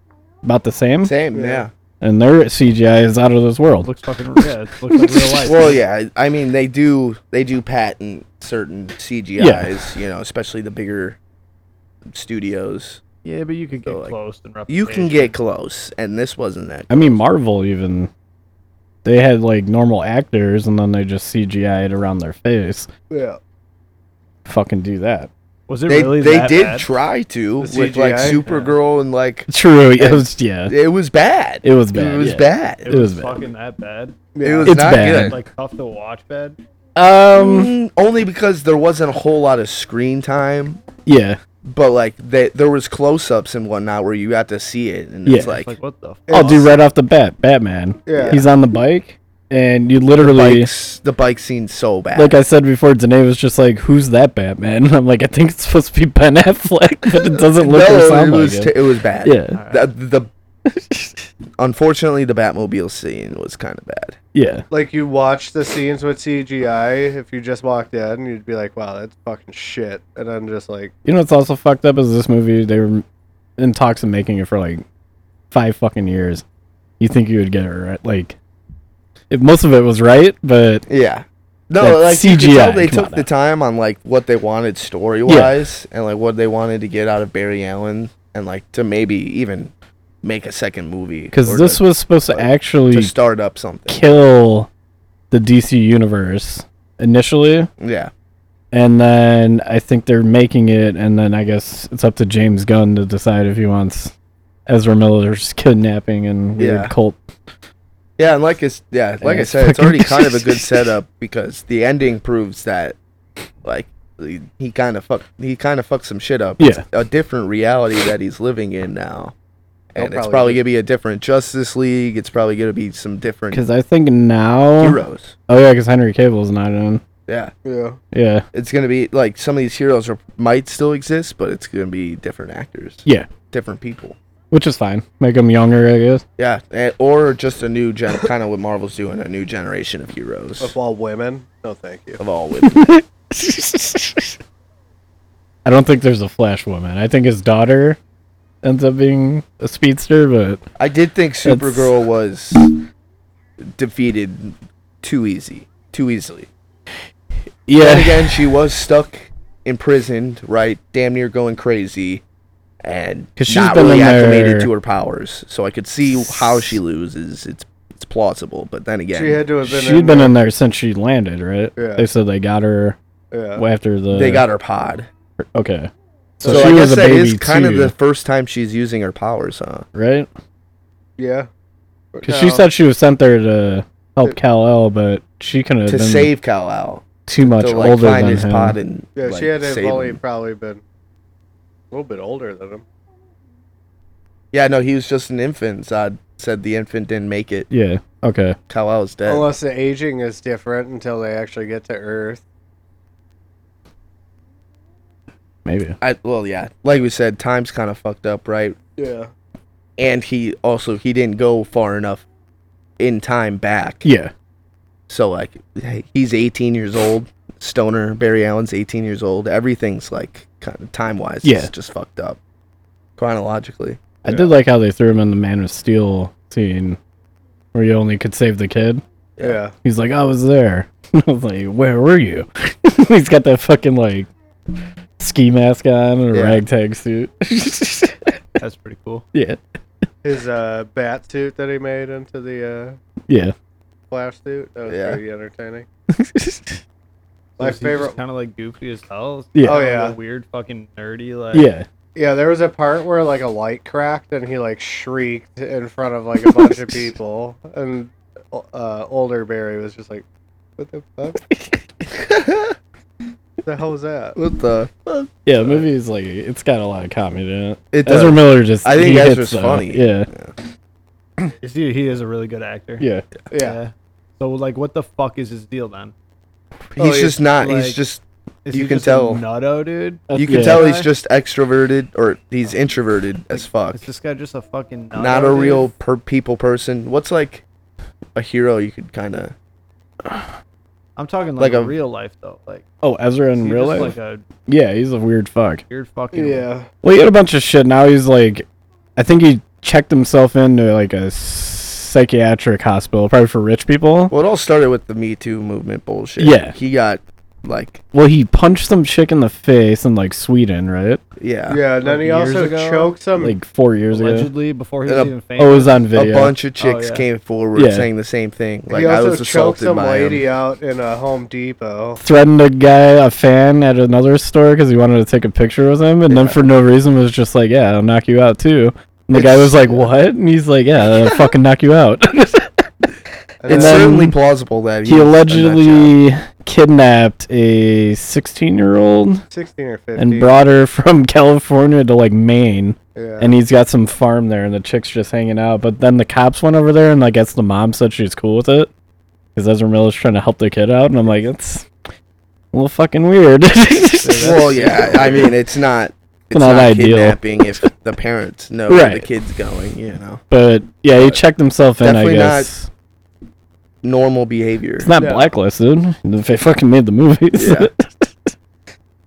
D: about the same,
C: same.
B: Yeah.
C: yeah.
D: and their CGI is out of this world.
E: looks fucking yeah, it looks like real life.
C: <laughs> Well, yeah, I I mean they do they do patent certain CGI's, you know, especially the bigger studios.
E: yeah, but you could get
C: So, like,
E: close and replicate.
C: You can get close, and this wasn't that.
D: I mean Marvel even they had like normal actors and then they just CGI'd around their face.
B: yeah.
D: Fucking do that. <laughs>
E: Was it
C: They
E: really
C: they
E: that
C: did
E: bad?
C: try to
B: The
C: with like
B: CGI?
C: Supergirl and like
D: True. It
C: Yeah.
D: was yeah.
C: it was bad.
D: It was bad.
C: It was
D: yeah.
E: It,
C: bad.
D: It
E: was,
D: was bad.
E: fucking that bad.
C: It was
D: It's
C: not
D: bad.
C: good.
E: Like tough to watch bad.
D: Um.
C: Mm, only because there wasn't a whole lot of screen time,
D: Yeah.
C: but like they, there was close ups and whatnot where you got to see it, and it's
D: Yeah.
C: like,
E: Like what the f-
D: I'll do right off the bat. Batman.
B: Yeah.
D: He's on the bike, and you literally,
C: bikes, the bike scene's so bad.
D: like I said before, Danae was just like, "Who's that Batman?" <laughs> And I'm like, "I think it's supposed to be Ben Affleck, but it doesn't look or
C: no, it
D: sound
C: was
D: like
C: t-
D: it."
C: it was bad.
D: yeah.
C: the, the unfortunately the Batmobile scene was kind of bad.
D: Yeah.
B: Like you watch the scenes with CGI. If you just walked in, you'd be like, "Wow, that's fucking shit," and then just like.
D: You know what's also fucked up is this movie. They were in talks of making it for like five fucking years. You think you would get it right? Like, if most of it was right, but
C: Yeah. No,
D: That
C: like you could tell
D: CGI,
C: they
D: come on
C: took the
D: now.
C: time on like what they wanted story wise and like what they wanted to get out of Barry Allen and like to maybe even make a second movie
D: because
C: or
D: this
C: to,
D: was supposed to
C: like,
D: actually
C: to start up something.
D: kill the DC universe initially.
C: Yeah.
D: And then I think they're making it, and then I guess it's up to James Gunn to decide if he wants Ezra Miller's <laughs> kidnapping and weird
C: Yeah.
D: cult.
C: Yeah, and like it's yeah, like I
D: it's
C: said, it's
D: fucking-
C: already kind of a good setup because the ending proves that like he- he kind of fuck he kind of fucked some shit up. It's
D: Yeah.
C: a different reality that he's living in now,
B: They'll
C: and it's
B: probably
C: probably
B: do-
C: gonna be a different Justice League. It's probably gonna be some different
D: Because I think now,
C: heroes.
D: oh yeah, because Henry Cable's not in.
C: Yeah,
B: Yeah.
D: Yeah.
C: it's gonna be like some of these heroes are, might still exist, but it's gonna be different actors.
D: Yeah.
C: different people.
D: Which is fine. Make them younger, I guess.
C: Yeah, and, or just a new gen, <laughs> kind of what Marvel's doing, a new generation of heroes
B: Of
C: of,
B: all women. No, thank you.
C: all women.
D: I don't think there's a Flash woman. I think his daughter ends up being a speedster, but
C: I did think
D: That's-
C: Supergirl was defeated too easy, too easily. Then
D: <laughs>
C: again, she was stuck, imprisoned, right? Damn near going crazy, and
D: 'Cause she's
C: not
D: been
C: really
D: in there-
C: acclimated to her powers. So I could see how she loses. It's it's plausible, but then again,
B: She had to have been.
D: she'd been in there since she landed, right?
B: Yeah.
D: They said they got her
B: Yeah.
D: after the.
C: they got her pod.
D: Okay.
C: So,
D: So, she
C: I
D: was
C: guess
D: a
C: that
D: baby
C: is kind of
D: too,
C: the first time she's using her powers, huh?
D: right?
B: Yeah.
D: Because she said she was sent there to help Cal El, but she couldn't have
C: To
D: been
C: save Kal El,
D: too much
C: to like
D: older
C: find
D: than
C: his
D: him.
C: pod and
B: Yeah,
C: like,
B: she had to have
C: save
B: only
C: him.
B: probably been a little bit older than him.
C: Yeah, no, he was just an infant. Zod said the infant didn't make it.
D: Yeah. Okay.
C: Kal El is dead.
B: Unless the aging is different until they actually get to Earth.
D: Maybe.
C: I, well, yeah, like we said, time's kind of fucked up, right?
B: Yeah.
C: and he also he didn't go far enough in time back.
D: Yeah.
C: So like he's 18 years old. Stoner Barry Allen's 18 years old. Everything's like kind of time wise.
D: Yeah.
C: it's just fucked up chronologically.
D: I did like how they threw him in the Man of Steel scene, where you only could save the kid.
B: Yeah.
D: He's like, I was there. <laughs> I was like, where were you? <laughs> He's got that fucking like ski mask on and a
C: Yeah.
D: ragtag suit. <laughs>
E: That's pretty cool.
D: yeah.
B: His uh, bat suit that he made into the
D: Yeah.
B: uh, flash suit. That was
C: Yeah.
B: pretty entertaining. My favorite.
E: kind of like goofy as hell.
D: Yeah.
B: Oh,
E: Kinda
B: yeah.
E: weird, fucking nerdy. Like
D: Yeah.
B: Yeah, there was a part where like a light cracked and he like shrieked in front of like a bunch
C: <laughs>
B: of people, and uh, older Barry was just like, "What the
C: <laughs>
B: fuck? the hell was that?"
C: What the? fuck?
D: Yeah. The movie is like, it's got a lot of comedy in it.
C: It does.
D: Ezra Miller just.
C: I think
D: he
C: Ezra's
D: hits, uh,
C: funny.
D: Yeah.
E: He, he is a really good actor.
D: Yeah.
C: uh,
B: Yeah,
E: So like, what the fuck is his deal then?
D: Oh,
C: he's
B: he's
C: just not.
E: like-
C: he's just.
E: Is
C: You
E: he
C: can
E: just a
C: tell.
E: nutto dude.
D: That's-
C: You can
D: yeah.
C: tell he's
E: guy?
C: just extroverted or he's introverted as fuck.
E: Is this guy just a fucking nutto
C: Not a
E: dude?
C: real per people person. What's like a hero you could kind of
E: I'm talking
C: like
E: like,
C: a-
E: a real life though. Like
D: Oh, Ezra
E: is
D: in
E: he
D: real
E: just
D: life?
E: like a
D: yeah, he's a weird fuck.
E: weird fucking
B: yeah.
D: Well, he had a bunch of shit. Now he's like, I think he checked himself into like a psychiatric hospital, probably for rich people.
C: Well, it all started with the Me Too movement bullshit.
D: Yeah.
C: He got, like,
D: Well, he punched some chick in the face in like Sweden, right?
C: yeah.
B: Yeah, and then
E: Like
B: he
E: years
B: also
E: ago?
B: choked some.
D: Like four years ago.
E: allegedly before he was
C: And a-
E: even famous.
D: Oh, it was on
C: Um, A
D: video.
C: bunch of chicks
E: yeah.
C: came forward
D: Yeah.
C: saying the same thing. Like,
B: he
C: I
B: also
C: was
B: choked
C: assaulted
B: some
C: by him.
B: lady out in a Home Depot.
D: Threatened a guy, a fan at another store because he wanted to take a picture with him, and then
C: Yeah.
D: for no reason was just like, "Yeah, I'll knock you out too." And the guy was like, "What?" And he's like, "Yeah,
C: <laughs>
D: I'll fucking knock you out." <laughs>
B: And
C: It's
D: then
C: certainly plausible that
D: he
C: was a nut
D: <laughs>
C: job.
D: allegedly kidnapped a 16-year-old
B: 16 or 15.
D: and brought her from <laughs> California to like Maine,
B: yeah.
D: and he's got some farm there, and the chick's just hanging out. But then the cops went over there, and like, guess the mom said she's cool with it because Ezra Miller's trying to help the kid out, and I'm like, it's a little fucking weird. <laughs>
C: Well, yeah. I mean, it's not. It's
D: Not
C: not,
D: ideal.
C: kidnapping if the parents know where
D: Right.
C: the kid's going, you know.
D: but yeah, he checked himself in. I
C: Definitely not-
D: guess
C: Normal behavior.
D: it's not
B: Yeah.
D: blacklisted. They fucking made the movies.
C: Yeah.
D: <laughs>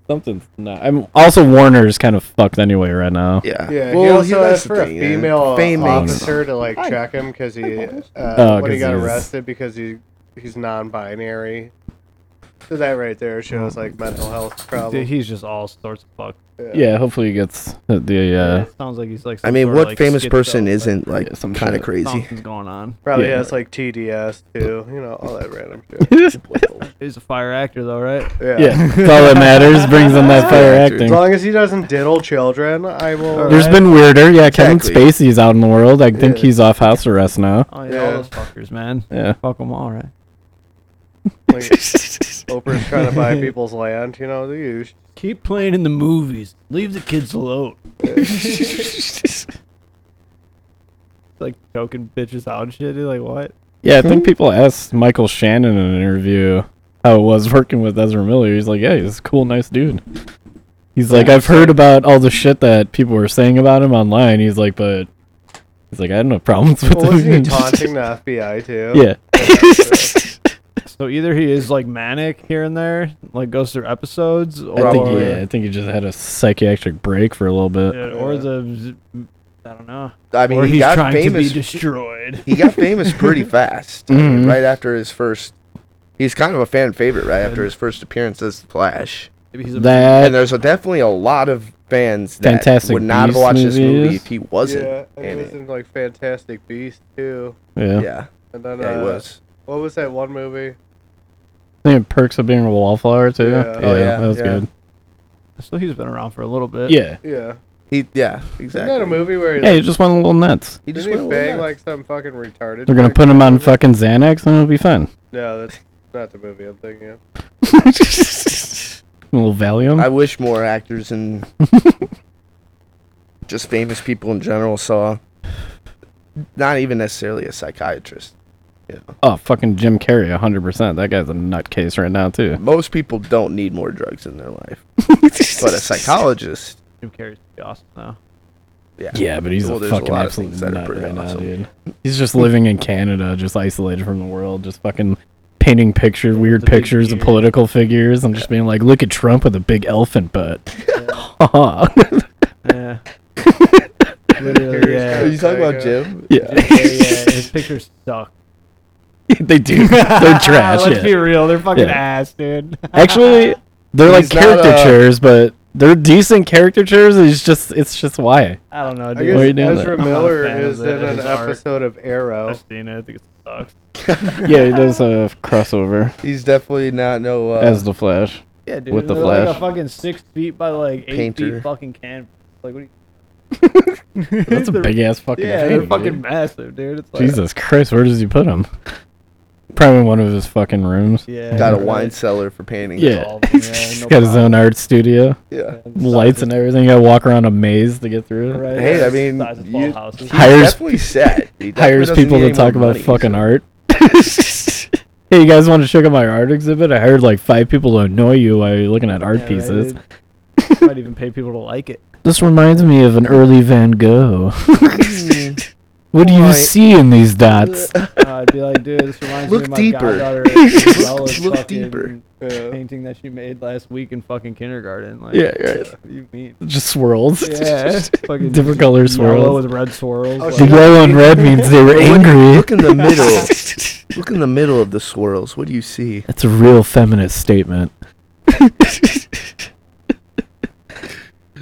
D: Something's not. I'm also Warner's kind of fucked anyway right now.
C: Yeah.
B: Yeah,
C: Well,
B: he
C: he-
B: also
C: that's
B: asked
C: the
B: for a
C: thing, yeah.
B: female
C: Fame makes-
B: officer to like check him because he uh,
D: Oh,
B: when he
D: 'cause
B: got
D: he's-
B: arrested because he he's non-binary. So that right there shows like mental health
E: Dude,
B: problems.
E: he's just all sorts of fuck.
D: Yeah, hopefully he gets the- the uh,
E: It sounds like he's like.
C: I
E: some
C: mean,
E: sort of,
C: what
E: like,
C: famous
E: schizo,
C: person
E: like,
C: isn't, like,
D: Yeah, some
C: kind of
D: shit.
C: crazy?
E: Something's going on.
B: Probably
D: Yeah.
B: has like TDS too, you know, all that random shit.
D: <laughs>
E: He's a fire actor though, right?
B: Yeah.
D: Yeah, that's all that matters. Brings in that fire
C: Yeah,
D: acting.
B: As long as he doesn't diddle children, I will.
D: There's been weirder. Yeah,
C: Exactly.
D: Kevin Spacey's out in the world. I think
B: Yeah.
D: he's off house arrest now.
E: Oh yeah,
B: Yeah.
E: all those fuckers, man.
B: <laughs>
D: Yeah.
E: Fuck them all, right?
D: <laughs>
B: Like, Oprah's trying to buy people's land, you know, the use.
E: Keep playing in the movies. Leave the kids alone.
C: <laughs>
E: like choking bitches out and shit. You're like, what?
D: Yeah, I think people asked Michael Shannon in an interview how it was working with Ezra Miller. He's like, yeah, he's a cool, nice dude. He's like, I've heard about all the shit that people were saying about him online. He's like, but he's like, I had no problems with
B: Well,
D: him. <laughs>
B: wasn't he
D: Just-
B: taunting the FBI too?
D: yeah.
E: So either he is like manic here and there, like goes through episodes, or
D: I think
C: Probably.
D: yeah, I think he just had a psychiatric break for a little bit.
E: Yeah, or the I don't know.
C: <laughs> I mean,
E: or
C: he
E: he's
C: got
E: trying
C: famous.
E: to be destroyed.
C: he got famous pretty fast. I mean,
D: Mhm.
C: right after his first, he's kind of a fan favorite. Right after his first appearance as the Flash,
E: Maybe he's a
D: That
C: and there's a, definitely a lot of fans that
D: Fantastic
C: would not have
D: Beasts
C: watched this
D: movie
C: movie
D: is?
C: if he wasn't.
B: Yeah,
C: in
B: and he was
C: it.
B: in like Fantastic Beast too.
D: yeah.
C: Yeah,
D: yeah.
C: yeah,
B: And then
C: he
B: uh,
C: was.
B: What was that one movie?
D: I think perks of being a wallflower too.
B: Yeah.
D: Yeah,
B: Oh,
C: yeah,
D: that was
C: yeah.
D: good.
E: so he's been around for a little bit.
D: Yeah.
B: Yeah,
C: He, yeah,
B: isn't
C: exactly.
B: that a movie where he,
D: Yeah, he just went a little nuts.
C: He just
B: didn't he
C: went
B: bang
C: nuts.
B: like some fucking retarded?
D: They're gonna
B: chick?
D: put him on fucking Xanax and it'll be fun. <laughs>
B: No, that's not the movie I'm thinking of.
D: a little Valium.
C: I wish more actors and <laughs> just famous people in general saw. Not even necessarily a psychiatrist.
D: oh, fucking Jim Carrey, hundred percent. That guy's a nutcase right now too.
C: Most people don't need more drugs in their life, but
D: <laughs>
C: a psychologist.
E: Jim Carrey's pretty awesome now.
C: Yeah.
D: Yeah, but he's
C: Well,
D: a
C: there's a
D: fucking
C: lot of
D: absolute
C: things that are
D: nut
C: pretty
D: right now,
C: awesome.
D: dude. He's just living in Canada, just isolated from the world, just fucking painting pictures, weird
E: The big
D: pictures of
E: beard.
D: political figures, and just being like, "Look at Trump with a big elephant butt."
C: <laughs>
D: <laughs>
E: <laughs> Yeah. Literally, yeah.
B: Are you talking about
C: Jim? <laughs>
D: yeah, <laughs>
E: yeah, yeah. <laughs> His pictures suck.
D: they do. <laughs>
E: <laughs>
D: They're trash.
E: Let's
D: yeah.
E: be real. They're fucking
D: Yeah.
E: ass, dude. <laughs>
D: Actually, they're like
C: He's not, uh,
D: caricatures, but they're decent caricatures. It's just, it's just
E: <laughs>
D: why.
E: I don't know,
B: I
E: dude.
D: What are you
B: guess
D: doing
B: Ezra
D: there?
E: I'm not a
B: Miller
E: fan of
B: is
E: it.
B: in an
E: It's art.
B: episode of Arrow.
E: I've seen it. I think it sucks.
D: Yeah, he does a crossover
C: He's definitely not no. Uh,
D: as the Flash.
E: Yeah, dude.
D: With the
E: they're like
D: Flash.
E: a fucking six feet by like eight
C: Painter.
E: feet fucking canvas. Like, what? Are you...
D: That's a
E: <laughs> They're-
D: big ass fucking.
E: Yeah,
D: painting,
E: they're fucking
D: dude.
E: massive, dude. It's like,
D: Jesus Christ, where does he put him? Probably in one of his fucking rooms.
E: Yeah.
C: got a
E: right.
C: wine cellar for painting.
D: Yeah,
E: all
D: <laughs>
E: of them, yeah,
D: he's
E: no
D: got his own
E: problem.
D: art studio,
C: yeah.
D: lights and everything. You gotta walk around a maze to get through it.
E: Right.
C: Hey, I
E: Size
C: mean,
E: of full
C: you-
E: houses.
C: he's
D: Hires-
C: definitely set.
D: <laughs>
C: He definitely
D: Hires
C: doesn't
D: people
C: need
D: to
C: any more
D: talk about
C: money, <laughs>
D: fucking
C: so-
D: art. <laughs> hey, you guys want to check out my art exhibit? I hired like five people to annoy you while you're looking at art
E: Yeah,
D: pieces.
E: right, dude. Might even pay people to like it.
D: This reminds me of an early Van Gogh. what do you
C: Right.
D: see in these dots?
E: Uh, I'd be like, dude, this reminds
C: Look
E: me of my
C: deeper. <laughs>
E: goddaughter as well as
C: Look
E: fucking
C: deeper.
B: <laughs> Yeah.
E: painting that she made last week in fucking kindergarten. Like,
D: Yeah, right.
E: What do you mean?
C: <laughs>
D: Just swirls. <laughs>
E: Yeah, fucking
D: Different color
E: Yellow
D: swirls.
E: with red swirls.
B: Oh,
E: like-
D: The yellow and red means they were angry.
C: <laughs> Look in the
D: <laughs>
C: middle. Look in the middle of the swirls. What do you see?
D: That's a real feminist statement.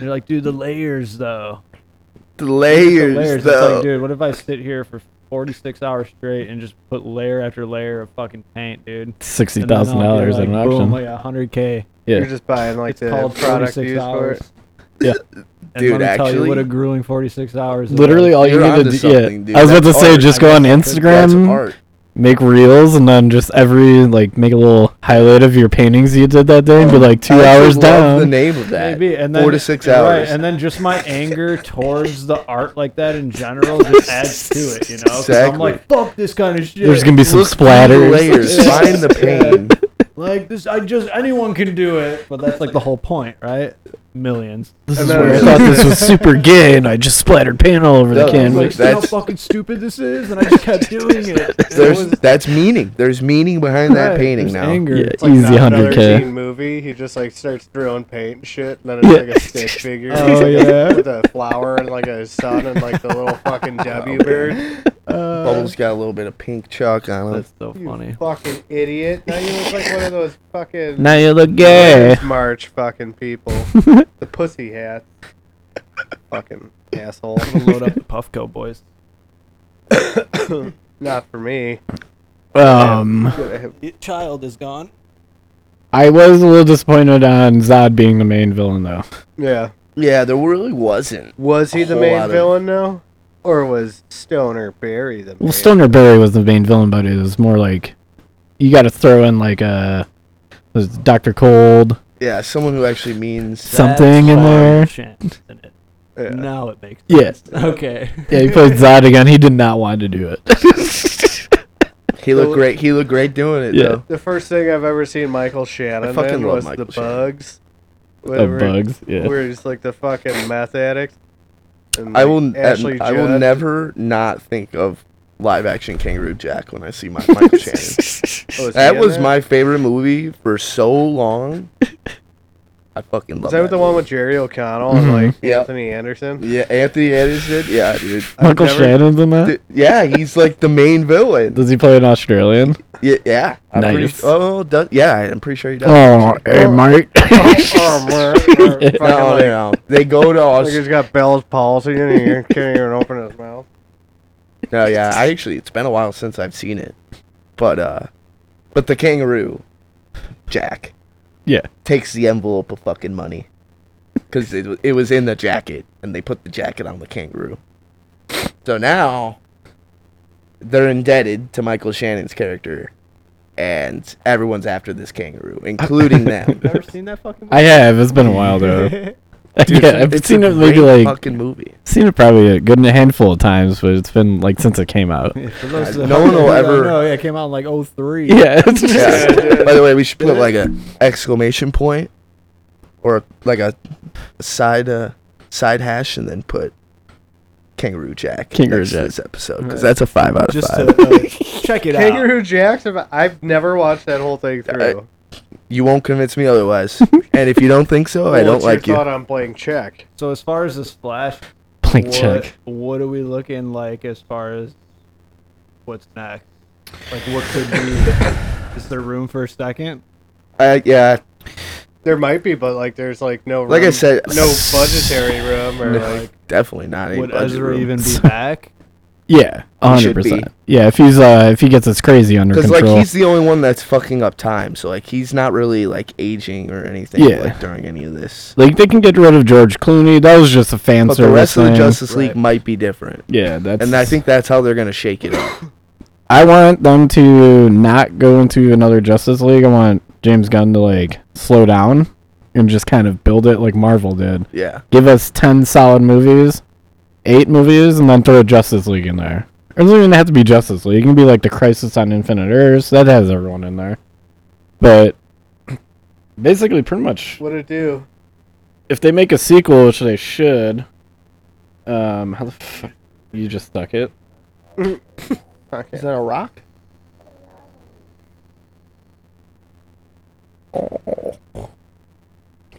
E: You're like, dude, the layers though.
C: The
E: The
C: layers,
E: layers. It's
C: though.
E: like, dude, what if I sit here for 46 hours straight and just put layer after layer of fucking paint, dude?
D: Sixty
E: And then I'll
D: thousand dollars
E: be
D: at an
E: like,
D: auction.
E: Boom, like 100k.
D: yeah,
B: You're just buying like
E: It's
B: the
E: called
B: product
E: 46
B: used for it.
E: hours.
D: Yeah.
E: And
C: Dude,
E: let me tell you
C: actually-
E: what a grueling 46 hours. is.
D: literally all you
C: You're
D: need
C: onto
D: to do. Yeah,
C: something, dude.
D: I was about to
C: That's
D: say,
C: art.
D: just
E: I
D: go
E: mean,
D: on
E: that's-
C: That's
D: Instagram,
C: art.
D: make reels, and then just every like make a little highlight of your paintings you did that day, and be like two
C: I
D: hours
C: actually love The
D: down.
C: name of that.
E: Maybe and then
C: four to six
E: right,
C: hours.
E: and then just
C: <laughs>
E: my anger towards the art like that in general just adds to it, you know. 'Cause
C: Exactly.
E: I'm like, fuck this kind of shit.
D: There's gonna be some
C: Look through the
D: splatters. <laughs>
E: <laughs>
C: layers. Find the pain.
E: like this. I just anyone can do it, but that's like the whole point, right? Millions.
D: This
B: And
D: is
B: then
D: where I
B: it's-
D: thought this was super gay, and I just splattered paint all over the
C: No,
E: I'm like,
D: canvas.
C: That's-
E: see how fucking stupid this is, and I just kept
C: <laughs>
E: doing it.
C: There's that's meaning. There's meaning behind that
E: Right,
C: painting
E: there's
C: now.
E: Anger.
D: Yeah,
E: It's like,
D: easy
B: Not
D: hundred
B: another
D: k.
B: teen movie. He just like starts throwing paint and shit, and then it's
D: Yeah.
B: like a stick
D: <laughs>
B: figure.
E: Oh,
B: <laughs>
E: yeah.
B: with a flower and like a sun and like the little
D: <laughs>
B: fucking W bird.
C: Bubbles got a little bit of pink chalk on it.
E: That's so
B: You
E: funny.
B: fucking idiot! Now you look like one of those fucking
D: Now you look gay.
B: March fucking
D: <laughs>
B: people. the pussy hat. fucking asshole.
E: I'm gonna load up the Puffco boys.
B: Not for me.
D: Um,
E: Child is gone.
D: I was a little disappointed on Zod being the main villain though.
B: Yeah.
C: Yeah, there really wasn't.
B: Was he
C: A
B: the
C: whole lot
B: main
C: of-
B: villain now, or was Stoner Barry the?
D: Well,
B: main?
D: Stoner Barry was the main villain, but it was more like you got to throw in like uh, was Doctor Cold.
C: Yeah, someone who actually <laughs> means.
D: Something in there.
E: it.
B: Yeah.
E: Now it makes
D: Yeah.
E: sense. Okay.
C: <laughs>
D: Yeah, he played Zod again. He did not want to do it.
C: He looked great. He looked great doing it
D: Yeah.
C: though.
B: The first thing I've ever seen Michael Shannon
C: fucking
B: in
C: love
B: was
C: Michael
B: the
C: Shannon.
B: bugs.
D: <laughs> Of
B: Whatever-
D: Oh, bugs. Yeah.
B: Where he's like the fucking meth addict. And
C: I
B: like
C: will.
B: Ashley
C: I will
B: Judd.
C: never not think of live action Kangaroo Jack when I see my
E: <laughs>
C: Michael Shannon. <laughs>
B: Oh, is
C: That
B: he in
C: was my favorite movie for so
E: <laughs>
C: long. I fucking love
B: Is that with the one with Jerry O'Connell and
D: Mm-hmm.
B: like
C: Yep.
B: Anthony Anderson?
C: Yeah, Anthony Anderson. Yeah, dude.
B: I've
D: Michael
B: never-
D: Shannon's in that.
C: Th- Yeah, he's like the main villain.
D: Does he play
C: <laughs>
D: an Australian?
C: Yeah, yeah. I'm
D: Nice.
C: Pretty, oh, does, yeah, I'm pretty sure he does.
D: Oh, hey, mate.
B: Oh, man, or fucking,
C: no,
B: like,
C: no, no. They go to
B: like he's
C: Australia.
B: got Bell's palsy and he can't even open his
E: <laughs>
B: mouth.
C: No, yeah. I actually, it's been a while since I've seen it, but uh, but the kangaroo, Jack,
D: <laughs> yeah.
C: takes the envelope of fucking money, because it, wa- it was in the jacket, and they put the jacket on the kangaroo. So now, they're indebted to Michael Shannon's character, and everyone's after this kangaroo, including <laughs> them.
E: Never seen that fucking
D: I
E: <laughs>
D: have. It's been a
C: <laughs>
D: while though. yeah, I've
C: It's
D: seen
C: a
D: it maybe
C: great
D: like
C: fucking movie.
D: seen it probably a good handful of times, but it's been like since it came out.
E: Yeah, for those uh,
C: Yeah,
E: that
C: no one will
E: don't
C: ever-
E: know, yeah, it came out in like
D: <laughs> <laughs>
E: 03.
D: Yeah. It's just,
C: Yeah.
D: <laughs>
C: By the way, we should put like a exclamation point or like a side uh, side hash, and then put Kangaroo Jack.
D: Kangaroo
C: next to
D: Jack.
C: this episode because that's a five out of
E: Just
C: five.
E: to uh, <laughs> check it out.
B: Kangaroo Jack's. about- I've never watched that whole thing through.
C: I- you won't convince me
D: <laughs>
C: otherwise, and if you don't think so, Oh, I
B: Well,
C: don't
B: what's your
C: like you.
B: thought on playing check?
E: So as far as this flash,
D: Blank
E: what,
D: check.
E: what are we looking like as far as what's next? Like what could <laughs> be? is there room for a second?
C: I, yeah,
B: There might be, but like, there's like no. Room,
C: Like I said-
B: no budgetary room or
C: No.
B: like.
C: definitely not. any
E: Would
C: budget
E: Ezra
C: room.
E: even <laughs> be back?
D: Yeah, a
C: He should
D: hundred
C: be.
D: percent. Yeah, if he's uh if he gets us crazy under
C: Because
D: control,
C: like he's the only one that's fucking up time, so like he's not really like aging or anything
D: Yeah.
C: like during any of this.
D: like they can get rid of George Clooney. That was just a fan
C: But
D: service
C: the rest of the
D: thing.
C: Justice League
B: Right.
C: might be different,
D: yeah, that's
C: and I think that's how they're gonna shake it
D: <laughs>
C: up.
D: I want them to not go into another Justice League. I want James Gunn to like slow down and just kind of build it like Marvel did.
C: Yeah,
D: Give us ten solid movies, eight movies, and then throw Justice League in there. It doesn't even have to be Justice League. It can be like the Crisis on Infinite Earths. That has everyone in there, but <clears throat> basically, pretty much
B: What it do?
D: if they make a sequel, which they should, um, how the fuck you just stuck it?
B: Okay.
C: that a rock?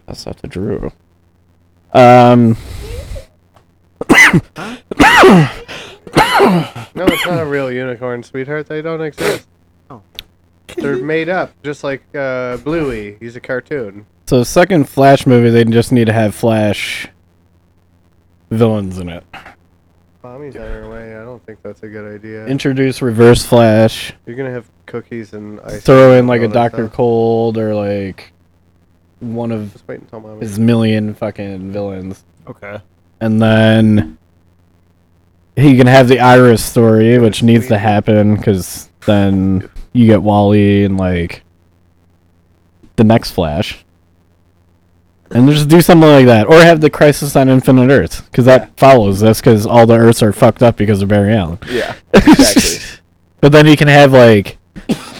D: That's not the Drew. Um,
B: No, it's not a real unicorn, sweetheart. They don't exist.
E: Oh.
B: They're made up, just like uh, Bluey. He's a cartoon.
D: so second Flash movie, they just need to have Flash villains in it.
B: Mommy's on her way. I don't think that's a good idea.
D: Introduce Reverse Flash.
B: You're gonna have cookies and ice.
D: Throw
B: cream
D: in like a
B: and all that
D: Doctor
B: stuff.
D: Cold or like one of
B: Just wait until mommy.
D: his million fucking villains,
E: Okay.
D: and then he can have the Iris story, which needs to
B: Sweet.
D: happen because then you get Wally and like the next Flash. And just do something like that, or have the Crisis on Infinite Earths, because that follows this, because all the Earths are fucked up because of Barry Allen.
C: Yeah, <laughs> exactly.
D: <laughs> But then you can have like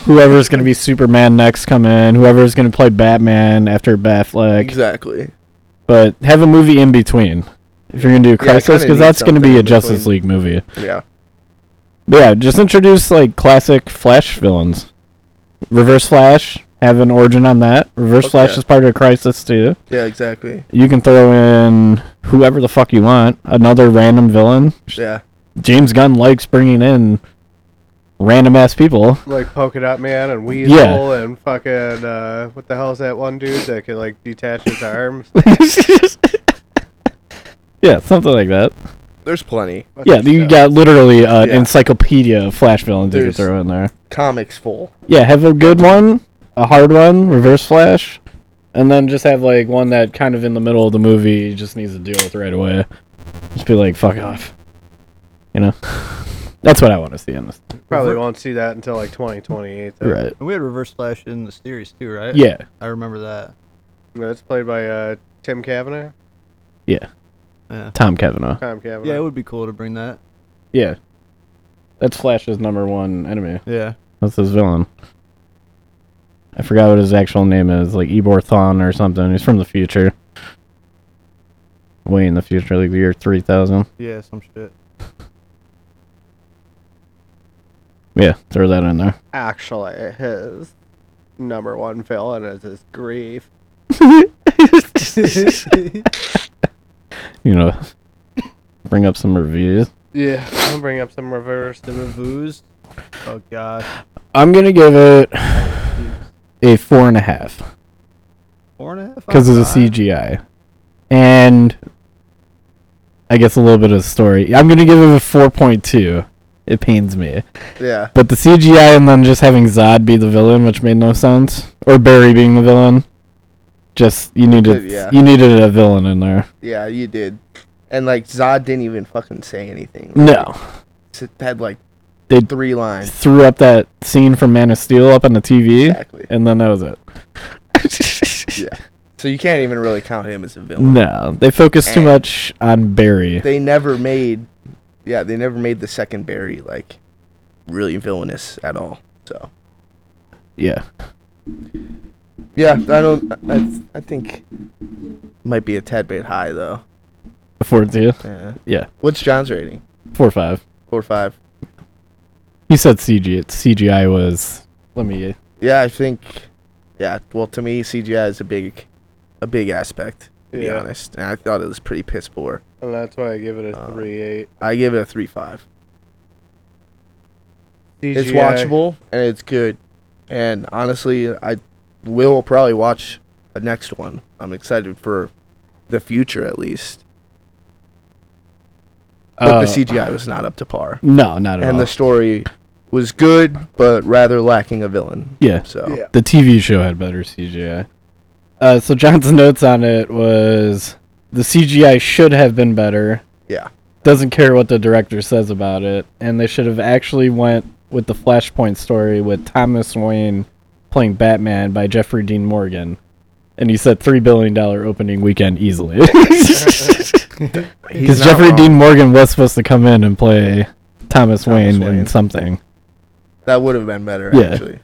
D: whoever's gonna be Superman next come in, whoever's gonna play Batman after Batfleck,
C: Exactly.
D: but have a movie in between if you're gonna do Crisis,
C: kinda
D: because
C: need
D: that's gonna be
C: something
D: a
C: in
D: Justice
C: between.
D: League movie.
C: Yeah.
D: But yeah, just introduce like classic Flash villains. Reverse Flash, have an origin on that. Reverse
C: Okay.
D: Flash is part of Crisis too.
C: Yeah, exactly.
D: You can throw in whoever the fuck you want, another random villain.
C: Yeah.
D: James Gunn likes bringing in random ass people.
B: <laughs>
D: <laughs>
B: like polka dot man and weasel
D: Yeah.
B: and fucking uh, what the hell is that one dude that can like detach his arms?
D: yeah, something like that.
C: There's plenty.
D: <laughs> Yeah, you got literally an
C: Yeah.
D: encyclopedia of Flash villains you
C: There's-
D: could throw in there.
C: Comics full.
D: Yeah, have a good one, a hard one, Reverse Flash, and then just have like one that kind of in the middle of the movie just needs to deal with right away. Just be like, fuck off. You know, <laughs> that's what I want to see in this.
B: Probably won't see that until like 2028. though.
E: And we had Reverse Flash in the series too, right?
D: Yeah.
E: I remember that.
B: That's played by uh, Tim Cavanaugh.
D: Yeah.
E: Yeah.
D: Tom Cavanaugh.
B: Tom Cavanaugh.
E: Yeah, it would be cool to bring that.
D: Yeah. That's Flash's number one enemy.
E: Yeah.
D: What's his villain? I forgot what his actual name is, like Ebor Thon or something. He's from the future. Way in the future, like the year 3000.
E: Yeah, some shit.
D: Yeah, throw that in there.
B: Actually, his number one villain is his grief.
D: You know, bring up some reviews.
B: Yeah, I'll bring up some reverse.
E: The reviews. Oh gosh.
D: I'm going to give it
E: Jeez.
D: a four and a half
E: Four and a half.
D: because of the
E: out of five?
D: CGI. And I guess a little bit of the story. I'm going to give it a 4.2. It pains me.
B: Yeah,
D: But the CGI and then just having Zod be the villain, which made no sense, or Barry being the villain, just you needed
C: Yeah.
D: you needed a villain in there.
C: Yeah, you did. And like Zod didn't even fucking say anything.
D: No,
C: It had like
D: They-
C: three lines.
D: <laughs> threw up that scene from Man of Steel up on the TV,
C: Exactly.
D: and then that was
C: <laughs>
D: it.
C: Yeah. So you can't even really count him as a villain.
D: No, they focused too
C: Eh.
D: much on Barry.
C: They never made yeah, they never made the second Barry like really villainous at all. So
D: Yeah,
C: Yeah, I don't I, I think might be a tad bit high though.
D: four two,
C: Yeah.
D: Yeah.
C: What's John's rating?
D: four five.
C: Four or five.
D: He said CG. CGI was. Let me.
C: Yeah, I think. Yeah, well, to me, CGI is a big, a big aspect. To be
B: Yeah.
C: honest, and I thought it was pretty piss poor.
B: and that's why I give it a
C: Uh,
B: three eight.
C: I give it a three five. It's watchable and it's good, and honestly, I will probably watch the next one. I'm excited for the future at least. But
D: Uh,
C: the CGI was not up to par,
D: No, not at
C: and
D: all.
C: the story was good, but rather lacking a villain.
D: yeah.
C: So
B: Yeah.
D: The TV show had better CGI. Uh, so John's <laughs> notes on it was the CGI should have been better.
C: Yeah.
D: Doesn't care what the director says about it, and they should have actually went with the Flashpoint story with Thomas Wayne playing Batman by Jeffrey Dean Morgan. And he said three billion dollar opening weekend easily. <laughs>
C: <laughs> he's
D: Because
C: not
D: Jeffrey
C: wrong.
D: Dean Morgan was supposed to come in and play Thomas, Wayne,
C: Wayne.
D: in something.
C: that would have been better
D: Yeah.
C: actually.